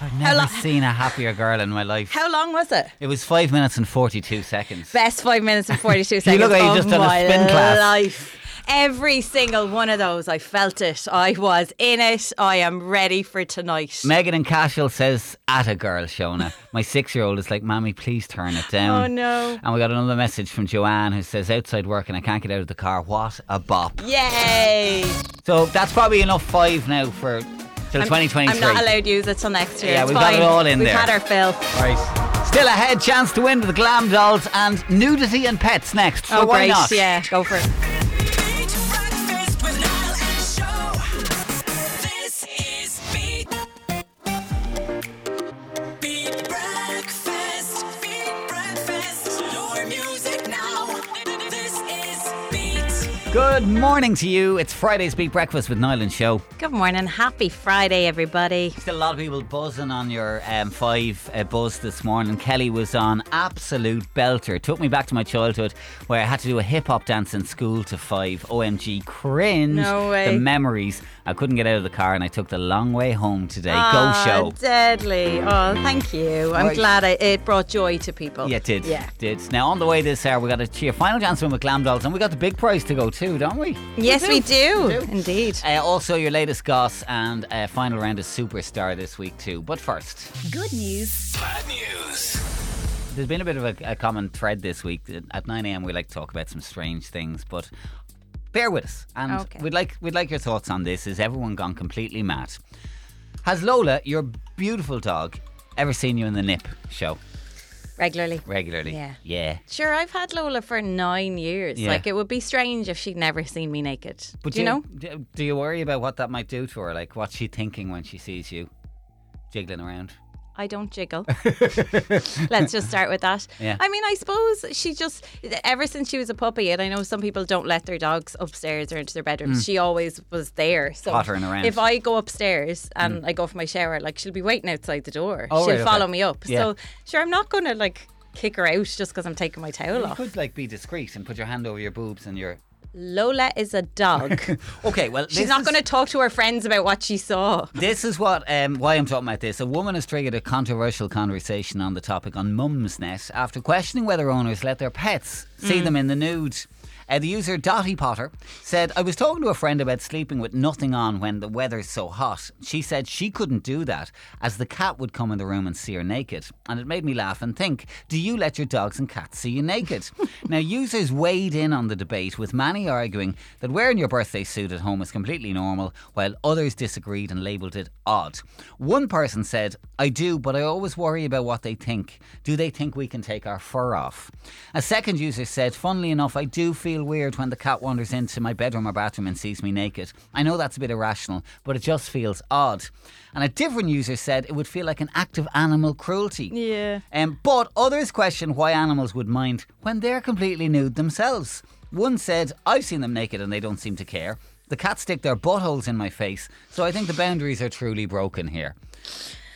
Speaker 4: I've
Speaker 5: How
Speaker 4: never
Speaker 5: lo-
Speaker 4: seen a happier girl in my life.
Speaker 5: How long was it?
Speaker 4: It was 5 minutes and 42 seconds.
Speaker 5: Best five minutes and 42
Speaker 4: You
Speaker 5: seconds
Speaker 4: look like you've
Speaker 5: of
Speaker 4: just done a
Speaker 5: my
Speaker 4: spin class.
Speaker 5: life. Every single one of those, I felt it. I was in it. I am ready for tonight.
Speaker 4: Megan and Cashel says, at a girl, Shona. My six year old is like, Mommy, please turn it down.
Speaker 5: Oh, no.
Speaker 4: And we got another message from Joanne who says, outside work and I can't get out of the car. What a bop.
Speaker 5: Yay!
Speaker 4: So that's probably enough five now for till
Speaker 5: I'm-
Speaker 4: 2023.
Speaker 5: I'm not allowed to use it till next year.
Speaker 4: Yeah,
Speaker 5: it's
Speaker 4: we've got it
Speaker 5: fine.
Speaker 4: all in
Speaker 5: We've
Speaker 4: there.
Speaker 5: had our fill.
Speaker 4: Right. Still ahead, chance to win with the Glam Dolls and nudity and pets next. So
Speaker 5: oh,
Speaker 4: why
Speaker 5: great.
Speaker 4: not?
Speaker 5: Yeah, go for it.
Speaker 4: Good morning to you. It's Friday's Beat Breakfast with Niall and Show.
Speaker 5: Good morning. Happy Friday, everybody.
Speaker 4: Still a lot of people buzzing on your um, five uh, buzz this morning. Kelly was on absolute belter. Took me back to my childhood where I had to do a hip hop dance in school to five. OMG, cringe.
Speaker 5: No way.
Speaker 4: The memories. I couldn't get out of the car and I took the long way home today.
Speaker 5: Ah,
Speaker 4: Go show.
Speaker 5: Deadly. Oh, thank you. I'm
Speaker 4: Right.
Speaker 5: glad I, it brought joy to people.
Speaker 4: Yeah, it did.
Speaker 5: Yeah.
Speaker 4: Did. Now, on the way this hour, we got a cheer. Final chance win with Glam Dolls, and we got the big prize to go too, don't we?
Speaker 5: Yes, we do. Indeed.
Speaker 4: Uh, also, your latest goss and uh, final round of Superstar this week, too. But first,
Speaker 6: Good news. Bad news.
Speaker 4: there's been a bit of a, a common thread this week. At 9 a.m., we like to talk about some strange things, but bear with us. And
Speaker 6: Okay.
Speaker 4: we'd, like, we'd like your thoughts on this. Is everyone gone completely mad? Has Lola, your beautiful dog, ever seen you in the nip show
Speaker 5: Regularly.
Speaker 4: regularly?
Speaker 5: Yeah.
Speaker 4: Yeah.
Speaker 5: Sure, I've had Lola for nine years.
Speaker 4: Yeah.
Speaker 5: Like, it would be strange if she'd never seen me naked.
Speaker 4: But
Speaker 5: do you know?
Speaker 4: d- Do you worry about what that might do to her? Like, what's she thinking when she sees you jiggling around?
Speaker 5: I don't jiggle. Let's just start with that.
Speaker 4: Yeah.
Speaker 5: I mean, I suppose she just, ever since she was a puppy, and I know some people don't let their dogs upstairs or into their bedrooms,
Speaker 4: Mm.
Speaker 5: she always was there. So
Speaker 4: Pottering around.
Speaker 5: If I go upstairs and
Speaker 4: Mm.
Speaker 5: I go for my shower, like she'll be waiting outside the door.
Speaker 4: Oh,
Speaker 5: she'll
Speaker 4: right, okay.
Speaker 5: follow me up.
Speaker 4: Yeah.
Speaker 5: So, sure, I'm not going to like kick her out just because I'm taking my towel
Speaker 4: You
Speaker 5: off.
Speaker 4: could like be discreet and put your hand over your boobs and your.
Speaker 5: Lola is a dog.
Speaker 4: Okay, well,
Speaker 5: She's
Speaker 4: this
Speaker 5: not
Speaker 4: is-
Speaker 5: going to talk to her friends about what she saw.
Speaker 4: This is what um, why I'm talking about this. A woman has triggered a controversial conversation on the topic on Mumsnet after questioning whether owners let their pets see
Speaker 6: Mm.
Speaker 4: them in the nude. Uh, the user Dottie Potter said, "I was talking to a friend about sleeping with nothing on when the weather's so hot. She said she couldn't do that as the cat would come in the room and see her naked, and it made me laugh and think. Do you let your dogs and cats see you naked?" now, users weighed in on the debate, with many arguing that wearing your birthday suit at home is completely normal, while others disagreed and labelled it odd. One person said, I do, but I always worry about what they think. Do they think we can take our fur off? A second user said, Funnily enough, I do feel weird when the cat wanders into my bedroom or bathroom and sees me naked. I know that's a bit irrational, but it just feels odd. And a different user said, It would feel like an act of animal cruelty.
Speaker 5: Yeah.
Speaker 4: Um, but others question why animals would mind when they're completely nude themselves. One said, I've seen them naked and they don't seem to care. The cats stick their buttholes in my face, so I think the boundaries are truly broken here.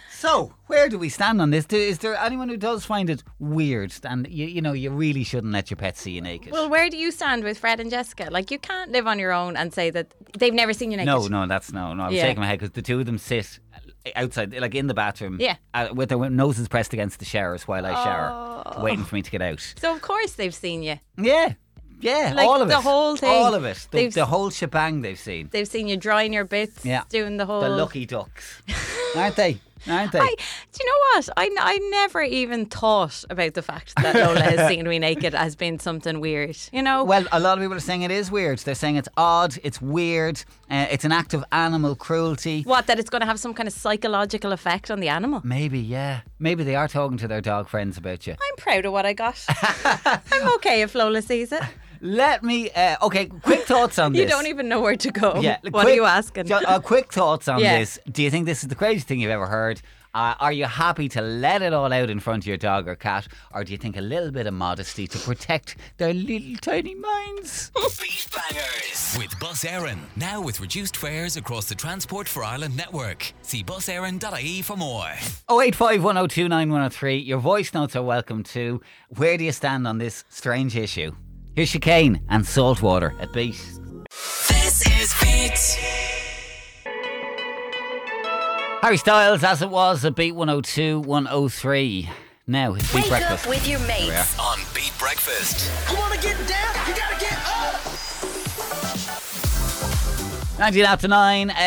Speaker 4: So, where do we stand on this? Do, is there anyone who does find it weird and you, you know you really shouldn't let your pet see you naked?
Speaker 5: Well, where do you stand with Fred and Jessica? Like, you can't live on your own and say that they've never seen you naked.
Speaker 4: No, no, that's no, no. I was
Speaker 5: Yeah.
Speaker 4: shaking my head because the two of them sit uh, outside, like in the bathroom,
Speaker 5: Yeah.
Speaker 4: uh, with their noses pressed against the showers while I shower,
Speaker 5: Oh.
Speaker 4: waiting for me to get out.
Speaker 5: So of course they've seen you.
Speaker 4: Yeah, yeah,
Speaker 5: Like,
Speaker 4: all of
Speaker 5: the
Speaker 4: it.
Speaker 5: whole thing.
Speaker 4: All of it. The,
Speaker 5: They've-
Speaker 4: the whole shebang they've seen.
Speaker 5: They've seen you drawing your bits,
Speaker 4: Yeah.
Speaker 5: doing the whole.
Speaker 4: The lucky ducks. Aren't they? Aren't they?
Speaker 5: I, do you know what? I, I never even thought about the fact that Lola has seen me naked as being something weird. You know?
Speaker 4: Well, a lot of people are saying it is weird. They're saying it's odd, it's weird, uh, it's an act of animal cruelty.
Speaker 5: What, that it's going to have some kind of psychological effect on the animal?
Speaker 4: Maybe, yeah. Maybe they are talking to their dog friends about you.
Speaker 5: I'm proud of what I got. I'm okay if Lola sees it.
Speaker 4: Let me. Uh, okay, quick thoughts on
Speaker 5: You
Speaker 4: this.
Speaker 5: don't even know where to go.
Speaker 4: Yeah,
Speaker 5: Oh, What are
Speaker 4: quick-
Speaker 5: you asking?
Speaker 4: ju- uh, quick thoughts on
Speaker 5: Yeah.
Speaker 4: this. Do you think this is the craziest thing you've ever heard? Uh, are you happy to let it all out in front of your dog or cat? Or do you think a little bit of modesty to protect their little tiny minds?
Speaker 2: Beat Bangers with Bus Aaron. Now with reduced fares across the Transport for Ireland network. See busaaron.ie for more.
Speaker 4: Oh, 0851029103103. Your voice notes are welcome too. Where do you stand on this strange issue? Here's Chicane and Saltwater at Beat.
Speaker 6: This is Beat.
Speaker 4: Harry Styles, as it was at Beat 102, 103. Now it's Beat
Speaker 6: Wake
Speaker 4: Breakfast.
Speaker 6: up with your
Speaker 4: There we are.
Speaker 6: mates on Beat Breakfast. You wanna get down? You gotta get up.
Speaker 4: 19 after 9. Um,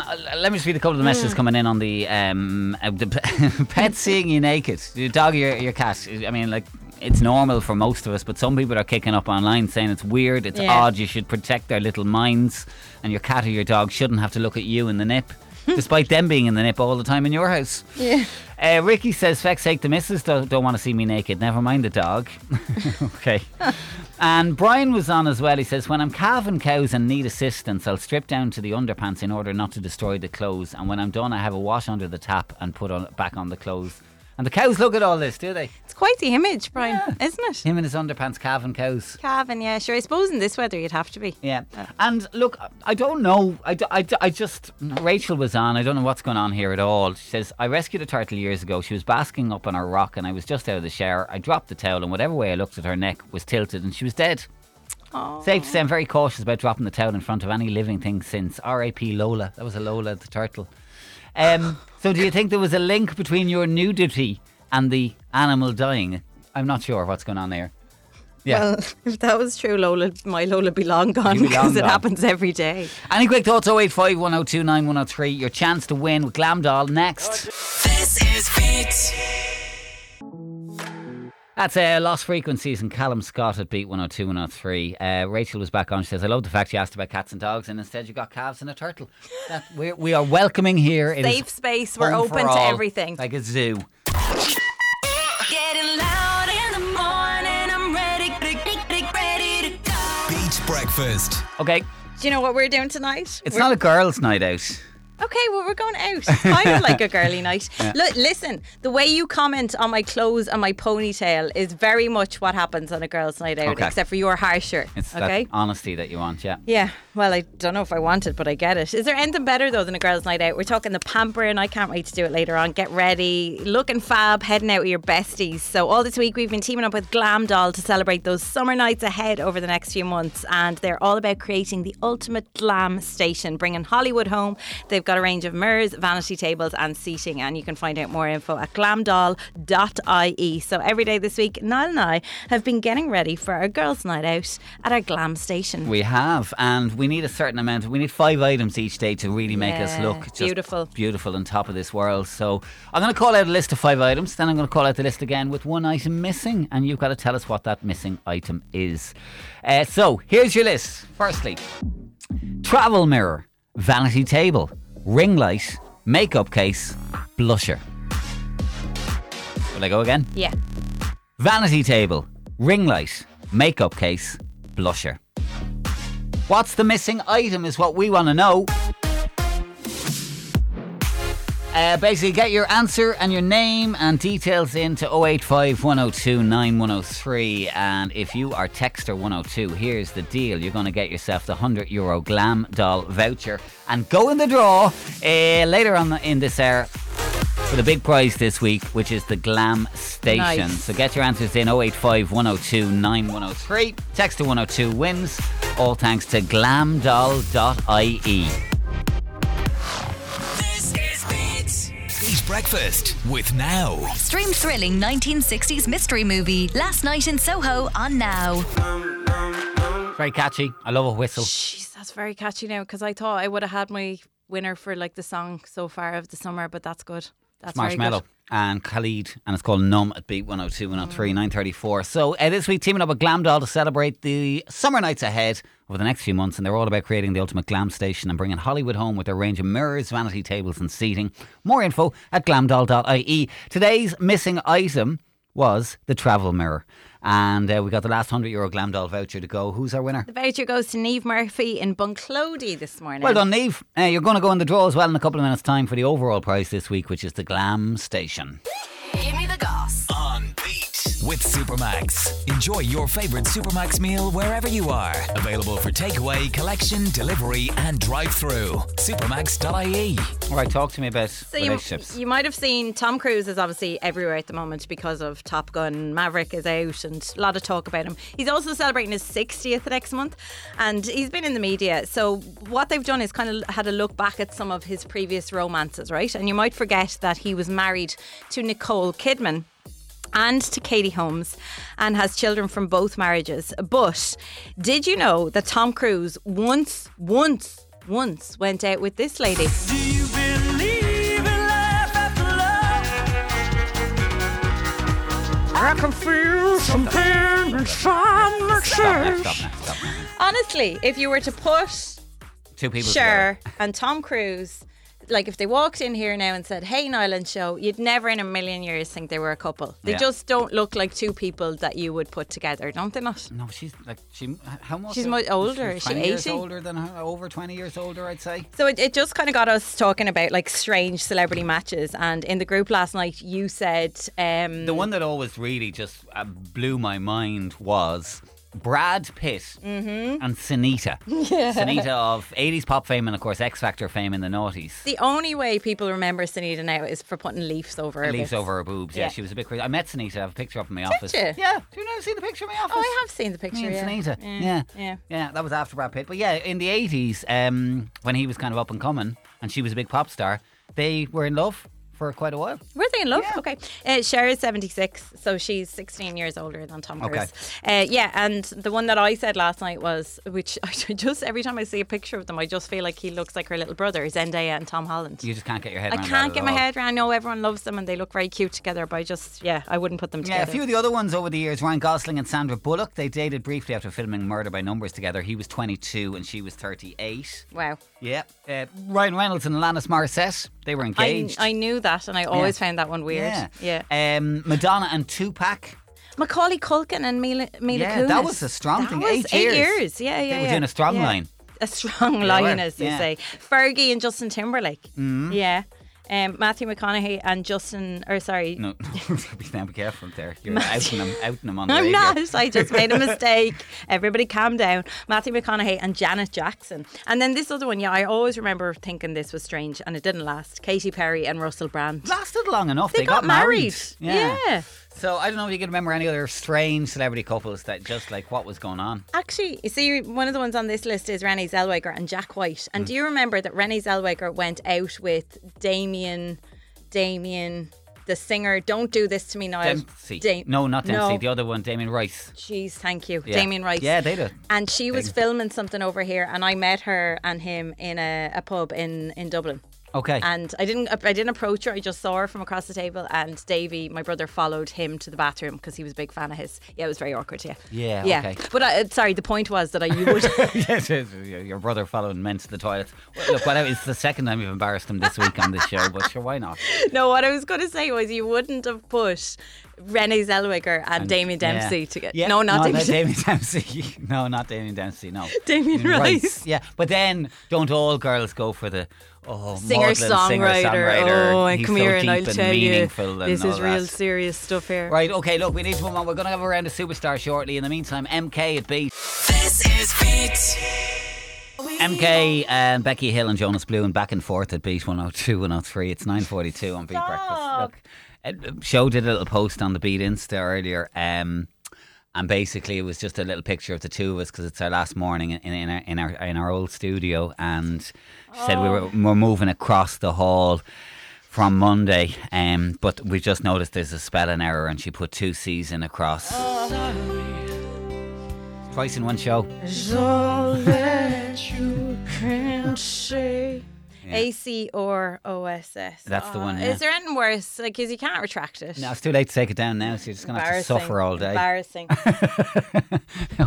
Speaker 4: l- let me just read a couple of the messages
Speaker 6: Mm.
Speaker 4: coming in on the, um, uh, the p- pet seeing you naked. Your dog or your, your cat. I mean, like, it's normal for most of us, but some people are kicking up online saying it's weird, it's
Speaker 6: Yeah.
Speaker 4: odd, you should protect their little minds, and your cat or your dog shouldn't have to look at you in the nip, despite them being in the nip all the time in your house.
Speaker 6: Yeah.
Speaker 4: Uh, Ricky says, "Feck's sake, the missus don't, don't want to see me naked. Never mind the dog." okay. and Brian was on as well. He says, "When I'm calving cows and need assistance, I'll strip down to the underpants in order not to destroy the clothes. And when I'm done, I have a wash under the tap and put on back on the clothes." And the cows look at all this, do they?
Speaker 5: It's quite the image, Brian, isn't it?
Speaker 4: Him in his underpants calving cows.
Speaker 5: Calvin, yeah, sure. I suppose in this weather you'd have to be.
Speaker 4: Yeah. And look, I don't know. I, d- I d- I just. Rachel was on. I don't know what's going on here at all. She says, I rescued a turtle years ago. She was basking up on her rock, and I was just out of the shower. I dropped the towel, and whatever way I looked at her neck was tilted, and she was dead. Safe to say, I'm very cautious about dropping the towel in front of any living thing since. R.A.P. Lola. That was a Lola, the turtle. Um, so, do you think there was a link between your nudity and the animal dying? I'm not sure what's going on there. Yeah.
Speaker 5: Well, if that was true, Lola, my Lola be long gone
Speaker 4: You'd be long
Speaker 5: because it
Speaker 4: gone.
Speaker 5: happens every day.
Speaker 4: Any quick thoughts? 085 1029 103. Your chance to win with Glamdoll next.
Speaker 6: This is Beat.
Speaker 4: That's uh, Lost Frequencies and Callum Scott at Beat 102 103. Uh, Rachel was back on. She says, I love the fact you asked about cats and dogs, and instead you got calves and a turtle. That, we're, we are welcoming here. It is
Speaker 5: Safe space. We're
Speaker 4: home for
Speaker 5: open to
Speaker 4: all,
Speaker 5: everything.
Speaker 4: Like a zoo.
Speaker 6: Getting loud in the morning. I'm ready, ready to go.
Speaker 2: Beat breakfast.
Speaker 4: Okay.
Speaker 5: Do you know what we're doing tonight?
Speaker 4: It's
Speaker 5: We're-
Speaker 4: not a girls' night out.
Speaker 5: Okay, well, we're going out. It's kind of like a girly night.
Speaker 4: Yeah.
Speaker 5: Look, listen, the way you comment on my clothes and my ponytail is very much what happens on a girl's night out,
Speaker 4: Okay.
Speaker 5: except for you're harsher.
Speaker 4: It's
Speaker 5: okay?
Speaker 4: that honesty that you want, yeah.
Speaker 5: Yeah, well, I don't know if I want it, but I get it. Is there anything better though than a girls' night out? We're talking the pampering. I can't wait to do it later on. Get ready, looking fab, heading out with your besties. So all this week we've been teaming up with Glam Doll to celebrate those summer nights ahead over the next few months, and they're all about creating the ultimate glam station, bringing Hollywood home. They've got a range of mirrors, vanity tables, and seating, and you can find out more info at glamdoll.ie. So every day this week, Niall and I have been getting ready for our girls' night out at our glam station.
Speaker 4: We have, and we need a certain amount. We need five items each day to really make us
Speaker 5: Yeah,
Speaker 4: look just
Speaker 5: beautiful.
Speaker 4: beautiful and top of this world. So I'm going to call out a list of five items. Then I'm going to call out the list again with one item missing, and you've got to tell us what that missing item is. Uh, so here's your list. Firstly, travel mirror, vanity table, ring light, makeup case, blusher. Will I go again?
Speaker 5: Yeah.
Speaker 4: Vanity table, ring light, makeup case, blusher. What's the missing item is what we want to know. Uh, basically, get your answer and your name and details oh into 085 102 9103. And if you are Texter 102, here's the deal you're going to get yourself the 100 euro glam doll voucher and go in the draw uh, later on in this hour for the big prize this week, which is the glam station.
Speaker 6: Nice.
Speaker 4: So get your answers in 085 102 9103. Text to 102 wins. All thanks to glamdoll.ie.
Speaker 2: This is Beat. Beat breakfast with now.
Speaker 3: Stream thrilling 1960s mystery movie Last Night in Soho on Now.
Speaker 4: Very catchy. I love a whistle.
Speaker 5: Jeez, that's very catchy now because I thought I would have had my winner for like the song so far of the summer, but that's good. That's
Speaker 4: It's
Speaker 5: very
Speaker 4: Marshmallow and Khalid, and it's called Numb at Beat 102, 103,
Speaker 5: Mm.
Speaker 4: 934. So uh, this week, teaming up with Glam Doll to celebrate the summer nights ahead over the next few months, and they're all about creating the ultimate glam station and bringing Hollywood home with their range of mirrors, vanity tables, and seating. More info at glamdoll.ie. E. Today's missing item was the travel mirror, and uh, we got the last 100 euro Glam Doll voucher to go. Who's our winner?
Speaker 5: The voucher goes to Neve Murphy in Bunclody this morning.
Speaker 4: Well done, Neve. Uh, you're going to go in the draw as well in a couple of minutes' time for the overall prize this week, which is the Glam Station.
Speaker 3: Give me the goss.
Speaker 2: On Beat with Supermax. Enjoy your favorite Supermax meal wherever you are. Available for takeaway, collection, delivery, and drive-through. Supermax.ie.
Speaker 4: All right, talk to me about
Speaker 5: So you, you might have seen Tom Cruise is obviously everywhere at the moment because of Top Gun. Maverick is out and a lot of talk about him. He's also celebrating his 60th next month and he's been in the media. So what they've done is kind of had a look back at some of his previous romances, right? And you might forget that he was married to Nicole Kidman and to Katie Holmes and has children from both marriages. But did you know that Tom Cruise once, once, once went out with this lady? I can feel something inside my
Speaker 4: Stop now, stop now, stop now.
Speaker 5: Honestly, if you were to put
Speaker 4: Two people.
Speaker 5: Cher and Tom Cruise like if they walked in here now and said, "Hey, Niall and Show," you'd never in a million years think they were a couple. They
Speaker 4: Yeah.
Speaker 5: just don't look like two people that you would put together, don't they? Not.
Speaker 4: No, she's like she. How much?
Speaker 5: She's much older. Is she
Speaker 4: 20 years
Speaker 5: 80?
Speaker 4: older than her, over twenty years older, I'd say.
Speaker 5: So it, it just kind of got us talking about like strange celebrity matches, and in the group last night, you said um,
Speaker 4: The one that always really just uh, blew my mind was Brad Pitt
Speaker 5: Mhm.
Speaker 4: and Sunita.
Speaker 5: Yeah.
Speaker 4: Sunita of 80s pop fame and, of course, X Factor fame in the noughties.
Speaker 5: The only way people remember Sunita now is for putting leaves over her.
Speaker 4: Leaves
Speaker 5: bits.
Speaker 4: over her boobs. Yeah.
Speaker 5: Yeah.
Speaker 4: she was a bit crazy. I met Sunita. I have a picture up in my office.
Speaker 5: Did you?
Speaker 4: Yeah. Do you not see the picture of my office?
Speaker 5: Oh, I have seen the picture.
Speaker 4: and
Speaker 5: yeah.
Speaker 4: Sunita.
Speaker 5: Yeah. yeah.
Speaker 4: uh, Yeah, that was after Brad Pitt. But yeah, in the 80s, um, when he was kind of up and coming and she was a big pop star, they were in love for quite a while.
Speaker 5: Were they in love? Okay. Uh, Cher is 76, so she's 16 years older than Tom
Speaker 4: Okay.
Speaker 5: Cruise. Uh, yeah, and the one that I said last night was, which I just, every time I see a picture of them, I just feel like he looks like her little brother, Zendaya and Tom Holland.
Speaker 4: You just can't get your head
Speaker 5: I
Speaker 4: around
Speaker 5: can't
Speaker 4: that
Speaker 5: get
Speaker 4: at
Speaker 5: my
Speaker 4: all.
Speaker 5: head around. I know everyone loves them and they look very cute together, but I just, yeah, I wouldn't put them together.
Speaker 4: Yeah, a few of the other ones over the years, Ryan Gosling and Sandra Bullock, they dated briefly after filming Murder by Numbers together. He was 22 and she was 38.
Speaker 5: Wow.
Speaker 4: Yeah. Uh, Ryan Reynolds and Alanis Morissette, they were
Speaker 5: I,
Speaker 4: engaged.
Speaker 5: I knew that and I always found that one weird.
Speaker 4: Yeah.
Speaker 5: yeah.
Speaker 4: Um, Madonna and Tupac.
Speaker 5: Macaulay Culkin and Mila, Mila
Speaker 4: yeah,
Speaker 5: Kunis.
Speaker 4: that was a strong
Speaker 5: That
Speaker 4: thing.
Speaker 5: was
Speaker 4: eight,
Speaker 5: eight
Speaker 4: years.
Speaker 5: years. Yeah, yeah,
Speaker 4: They were
Speaker 5: yeah.
Speaker 4: doing a strong
Speaker 5: Yeah.
Speaker 4: line.
Speaker 5: a strong
Speaker 4: They
Speaker 5: lion,
Speaker 4: were,
Speaker 5: as they
Speaker 4: yeah.
Speaker 5: say. Fergie and Justin Timberlake.
Speaker 4: Mhm.
Speaker 5: Yeah. Um, Matthew McConaughey and Justin, or sorry,
Speaker 4: No, be now be careful there. You're outing them, outing them on the
Speaker 5: I'm
Speaker 4: radio.
Speaker 5: not. I just made a mistake. Everybody calm down. Matthew McConaughey and Janet Jackson. And then this other one, yeah, I always remember thinking this was strange and it didn't last. Katy Perry and Russell Brand.
Speaker 4: Lasted long enough. They,
Speaker 5: got married.
Speaker 4: Yeah.
Speaker 5: Yeah.
Speaker 4: So I don't know if you can remember any other strange celebrity couples that just like what was going on.
Speaker 5: Actually, you see, one of the ones on this list is Renée Zellweger and Jack White.
Speaker 4: Hmm.
Speaker 5: And do you remember that Renée Zellweger went out with Damien, Damien, the singer? Don't do this to me, Niall.
Speaker 4: Dempsey.
Speaker 5: Da-
Speaker 4: no, not Dempsey.
Speaker 5: No.
Speaker 4: The other one, Damien Rice.
Speaker 5: Jeez, thank you,
Speaker 4: Yeah.
Speaker 5: Damien Rice.
Speaker 4: Yeah, they did.
Speaker 5: And she was
Speaker 4: Thing.
Speaker 5: filming something over here, and I met her and him in a, a pub in in Dublin.
Speaker 4: Okay.
Speaker 5: And I didn't I didn't approach her. I just saw her from across the table, and Davey, my brother, followed him to the bathroom because he was a big fan of his. Yeah, it was very awkward. Yeah.
Speaker 4: Yeah,
Speaker 5: Yeah.
Speaker 4: okay.
Speaker 5: But I, uh, sorry, the point was that I you would.
Speaker 4: yes, yes, your brother following men to the toilets. Well, look, whatever. It's the second time you've embarrassed him this week on this show, but sure, why not?
Speaker 5: no, what I was going to say was you wouldn't have put Renee Zellweger and, Damien Dempsey
Speaker 4: Yeah.
Speaker 5: together.
Speaker 4: Yeah.
Speaker 5: No, not
Speaker 4: no,
Speaker 5: Damien.
Speaker 4: Damien Dempsey. No, not Damien Dempsey. No,
Speaker 5: Damien Rice.
Speaker 4: Yeah, but then don't all girls go for the oh
Speaker 5: Singer songwriter.
Speaker 4: songwriter?
Speaker 5: Oh, and
Speaker 4: He's
Speaker 5: come
Speaker 4: so
Speaker 5: here
Speaker 4: deep
Speaker 5: and I'll
Speaker 4: and
Speaker 5: tell you,
Speaker 4: meaningful and
Speaker 5: this is
Speaker 4: all
Speaker 5: real
Speaker 4: that.
Speaker 5: serious stuff here.
Speaker 4: Right, okay, look, we need to move on. We're going to have a round of Superstar shortly. In the meantime, MK at Beat.
Speaker 6: This is Beat.
Speaker 4: MK and um, Becky Hill and Jonas Blue and back and forth at Beat 102, 103. It's 9.42 on Beat Breakfast. Look, uh, Show did a little post on the Beat Insta earlier. Um, and basically, it was just a little picture of the two of us because it's our last morning in, in, our, in our in our old studio. And she said we were, we're moving across the hall from Monday. Um, but we just noticed there's a spelling error, and she put two C's in across twice in one show.
Speaker 5: A C or O S S. Ah,
Speaker 4: That's the one, yeah.
Speaker 5: Is there anything worse? Like, because you can't retract it.
Speaker 4: No, it's too late to take it down now, so you're just going to have to
Speaker 5: Embarrassing,
Speaker 4: suffer all day.
Speaker 5: Embarrassing.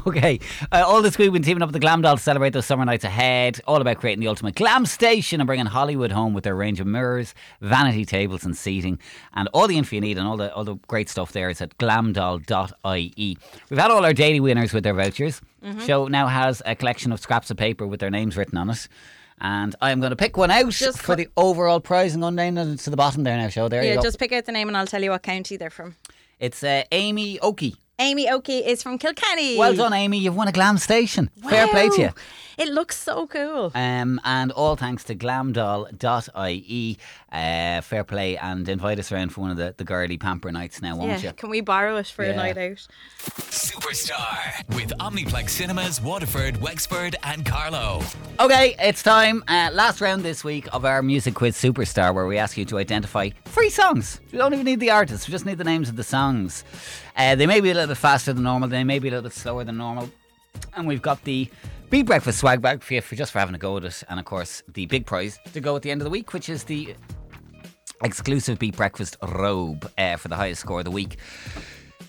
Speaker 4: okay. Uh, all this week, we've been teaming up with the Glam Doll to celebrate those summer nights ahead. All about creating the ultimate glam station and bringing Hollywood home with their range of mirrors, vanity tables, and seating. And all the info you need and all the, all the great stuff there is at glamdoll.ie. We've had all our daily winners with their vouchers.
Speaker 5: Mhm.
Speaker 4: Show now has a collection of scraps of paper with their names written on it. And I'm going to pick one out for the overall prize and unnamed it to the bottom there now, show. There you
Speaker 5: yeah,
Speaker 4: go.
Speaker 5: just pick out the name and I'll tell you what county they're from.
Speaker 4: It's uh, Amy Oakey.
Speaker 5: Amy Oakey is from Kilkenny.
Speaker 4: Well done, Amy. You've won a glam station. Fair play to you.
Speaker 5: It looks so cool.
Speaker 4: Um, and all thanks to glamdoll.ie. Uh, fair play and invite us around for one of the, the girly pamper nights now, won't
Speaker 5: yeah,
Speaker 4: you?
Speaker 5: can we borrow it for
Speaker 4: Yeah.
Speaker 5: a night out?
Speaker 2: Superstar with Omniplex Cinemas, Waterford, Wexford, and Carlow.
Speaker 4: Okay, it's time. Uh, last round this week of our music quiz superstar, where we ask you to identify three songs. We don't even need the artists; we just need the names of the songs. Uh, they may be a little bit faster than normal. They may be a little bit slower than normal. And we've got the Be Breakfast swag bag for you for just for having a go at it, and of course the big prize to go at the end of the week, which is the exclusive Beat Breakfast robe uh, for the highest score of the week.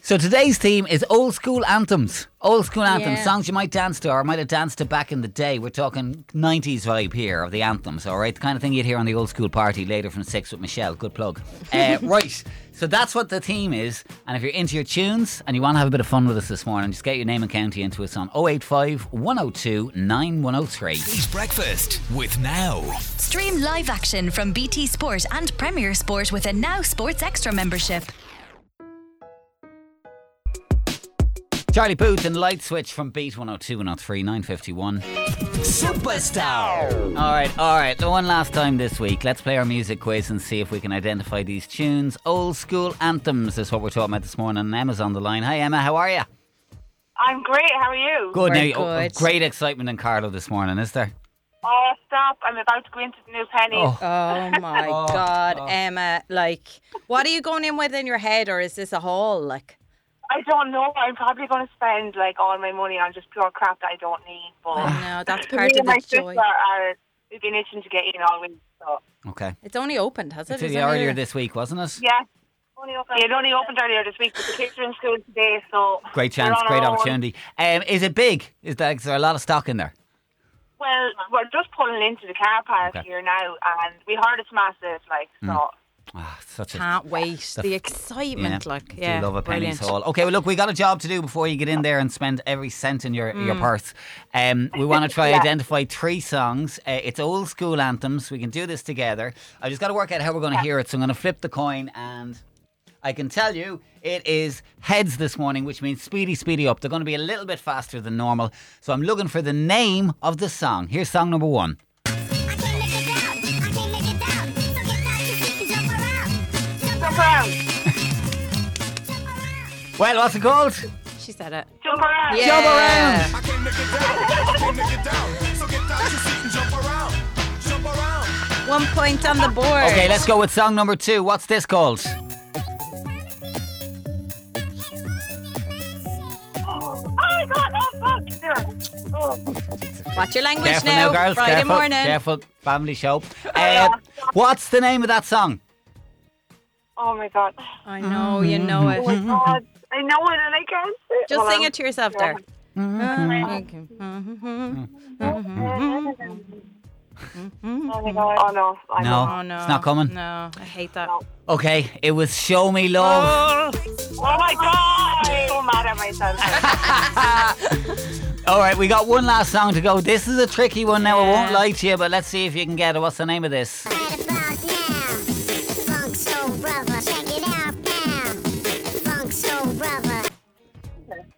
Speaker 4: So today's theme is old school anthems. Old school anthems,
Speaker 14: Yeah.
Speaker 4: songs you might dance to or might have danced to back in the day. We're talking 90s vibe here of the anthems, all right? The kind of thing you'd hear on the old school party later from 6 with Michelle. Good plug. Uh, right. So that's what the theme is. And if you're into your tunes and you want to have a bit of fun with us this morning, just get your name and county into us on 085 102 9103.
Speaker 2: Breakfast with Now.
Speaker 3: Stream live action from BT Sport and Premier Sport with a Now Sports Extra membership.
Speaker 4: Charlie Booth and Light Switch from Beat 102 103 951. Superstar! All right, all right. The one last time this week. Let's play our music quiz and see if we can identify these tunes. Old school anthems is what we're talking about this morning. And Emma's on the line. Hi, Emma. How are you?
Speaker 17: I'm great. How are you?
Speaker 4: Good. Now, oh, great excitement in Carlo this morning, is there?
Speaker 17: Oh, stop! I'm about to go into the new penny.
Speaker 4: Oh.
Speaker 5: Oh my God, Emma! Like, what are you going in with in your head, or is this a haul? Like,
Speaker 17: I don't know. I'm probably going to spend like all my money on just pure crap that I don't need. But
Speaker 5: I know, that's
Speaker 17: Me
Speaker 5: part
Speaker 17: and
Speaker 5: of
Speaker 17: my
Speaker 5: the joy.
Speaker 17: sister are we've been itching to get in all week. So
Speaker 4: Oh, Okay.
Speaker 5: it's only opened, has it?
Speaker 4: It's
Speaker 5: Is
Speaker 4: really
Speaker 5: it
Speaker 4: earlier
Speaker 5: earlier?
Speaker 4: this week, wasn't it?
Speaker 17: yeah. It only opened earlier this week, but the kids are in school today, so
Speaker 4: Great
Speaker 17: we're
Speaker 4: chance,
Speaker 17: on
Speaker 4: great
Speaker 17: our own.
Speaker 4: opportunity. Um, is it big? Is, that, is there a lot of stock in there?
Speaker 17: Well, we're just pulling into the car park
Speaker 4: Okay.
Speaker 17: here now, and we heard it's massive. Like,
Speaker 4: Mm.
Speaker 17: so
Speaker 4: Ah, such a
Speaker 5: Can't wait.
Speaker 4: the
Speaker 5: The excitement, like,
Speaker 4: do
Speaker 5: yeah.
Speaker 4: love a penny's
Speaker 5: brilliant.
Speaker 4: haul. Okay, well, look, we got a job to do before you get in there and spend every cent in your, your
Speaker 5: Mm.
Speaker 4: purse. Um, we want to try
Speaker 5: Yeah.
Speaker 4: identify three songs. Uh, it's old school anthems. We can do this together. I just got to work out how we're going to hear it. So I'm going to flip the coin and. I can tell you it is heads this morning, which means speedy, speedy up. They're going to be a little bit faster than normal. So I'm looking for the name of the song. Here's song number one.
Speaker 17: jump around,
Speaker 4: Well, what's it called?
Speaker 5: She said it.
Speaker 17: jump around,
Speaker 4: Jump around.
Speaker 5: One point on the board.
Speaker 4: Okay, let's go with song number two. What's this called?
Speaker 17: Oh my god! Oh fuck! There. Oh.
Speaker 5: Watch your language
Speaker 4: Careful
Speaker 5: now.
Speaker 4: girls.
Speaker 5: Friday
Speaker 4: careful,
Speaker 5: morning.
Speaker 4: Careful, family show. Uh, what's the name of that song?
Speaker 17: Oh my god.
Speaker 5: I know, you
Speaker 4: Mm-hmm.
Speaker 5: know it.
Speaker 17: Oh my god. I know it and I can't say
Speaker 5: Just sing it to yourself there. Mm-hmm.
Speaker 17: Oh my god. Oh no. I
Speaker 4: No,
Speaker 17: know.
Speaker 4: Oh, no. it's not coming.
Speaker 5: No, I hate that.
Speaker 4: Okay, it was "Show Me Love."
Speaker 17: Oh my god. I'm so mad at myself.
Speaker 5: Oh.
Speaker 4: All right, we got one last song to go. This is a tricky one. Now I won't lie to you, but let's see if you can get it. What's the name of this?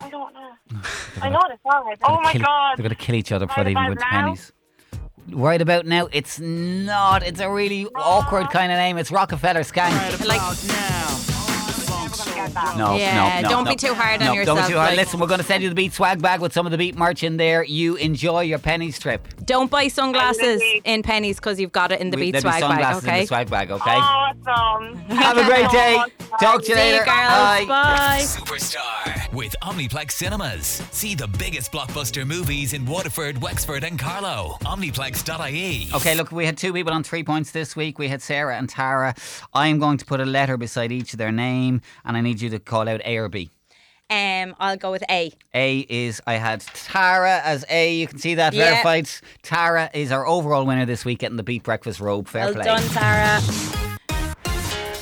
Speaker 17: I don't know. I know the song. Oh my
Speaker 4: Kill-
Speaker 17: god.
Speaker 4: They're gonna kill each other before
Speaker 17: Right
Speaker 4: they even
Speaker 17: about
Speaker 4: go to
Speaker 17: now?
Speaker 4: pennies. Right about now, it's not. It's a really awkward
Speaker 17: Oh.
Speaker 4: kind of name. It's Rockefeller Skank.
Speaker 17: Oh,
Speaker 4: No, no,
Speaker 5: Yeah,
Speaker 4: no,
Speaker 5: don't
Speaker 4: no.
Speaker 5: be too hard on
Speaker 4: No, Don't
Speaker 5: yourself,
Speaker 4: be too hard.
Speaker 5: like-
Speaker 4: Listen, we're going to send you the Beat swag bag with some of the Beat merch in there. You enjoy your pennies trip.
Speaker 5: Don't buy sunglasses in pennies because you've got it in the
Speaker 4: We-
Speaker 5: beat
Speaker 4: there'll be
Speaker 5: swag bag,
Speaker 4: sunglasses in
Speaker 5: okay?
Speaker 4: the swag bag, okay?
Speaker 17: Awesome. Oh
Speaker 4: Have a great day. Talk to you
Speaker 5: See you
Speaker 4: later.
Speaker 5: girls. Bye.
Speaker 2: Superstar with Omniplex Cinemas. See the biggest blockbuster movies in Waterford, Wexford, and Carlow. Omniplex.ie.
Speaker 4: Okay, look, we had two people on three points this week. We had Sarah and Tara. I am going to put a letter beside each of their name, and I need you to call out A or B.
Speaker 5: Um, I'll go with A.
Speaker 4: A is I had Tara as A. You can see that
Speaker 5: Yeah.
Speaker 4: verified. Tara is our overall winner this week, getting the Beat Breakfast robe. Fair
Speaker 5: well
Speaker 4: play.
Speaker 5: done, Sarah.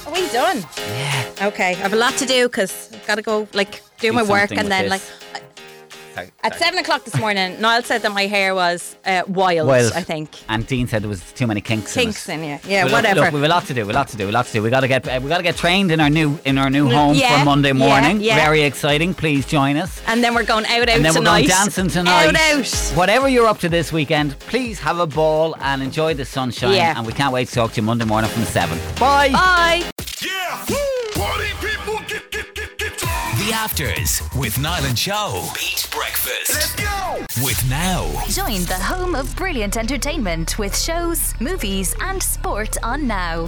Speaker 5: Are we done? Yeah. Okay, I have a lot to do because I've got to go like do,
Speaker 4: Do
Speaker 5: my work
Speaker 4: something
Speaker 5: and
Speaker 4: with
Speaker 5: then
Speaker 4: this.
Speaker 5: like
Speaker 4: Sorry,
Speaker 5: at
Speaker 4: sorry.
Speaker 5: seven o'clock this morning, Niall said that my hair was uh, wild,
Speaker 4: Wild.
Speaker 5: I think.
Speaker 4: And Dean said there was too many kinks. in it.
Speaker 5: Kinks in you.
Speaker 4: Well,
Speaker 5: Yeah,
Speaker 4: look-
Speaker 5: whatever.
Speaker 4: Look, we've a lot to do. We've a lot to do. We've a lot to do. We got to get uh, we got to get trained in our new in our new
Speaker 5: Mm,
Speaker 4: home
Speaker 5: yeah,
Speaker 4: for Monday
Speaker 5: yeah,
Speaker 4: morning.
Speaker 5: yeah.
Speaker 4: Very exciting. Please join us.
Speaker 5: and then we're going out out
Speaker 4: and then
Speaker 5: tonight.
Speaker 4: we're going dancing tonight.
Speaker 5: Out out.
Speaker 4: Whatever you're up to this weekend, please have a ball and enjoy the sunshine.
Speaker 5: Yeah.
Speaker 4: And we can't wait to talk to you Monday morning from seven. Bye.
Speaker 5: Bye.
Speaker 2: The Afters with Niall and Show. Beat Breakfast. Let's go. With Now.
Speaker 3: Join the home of brilliant entertainment with shows, movies, and sport on Now.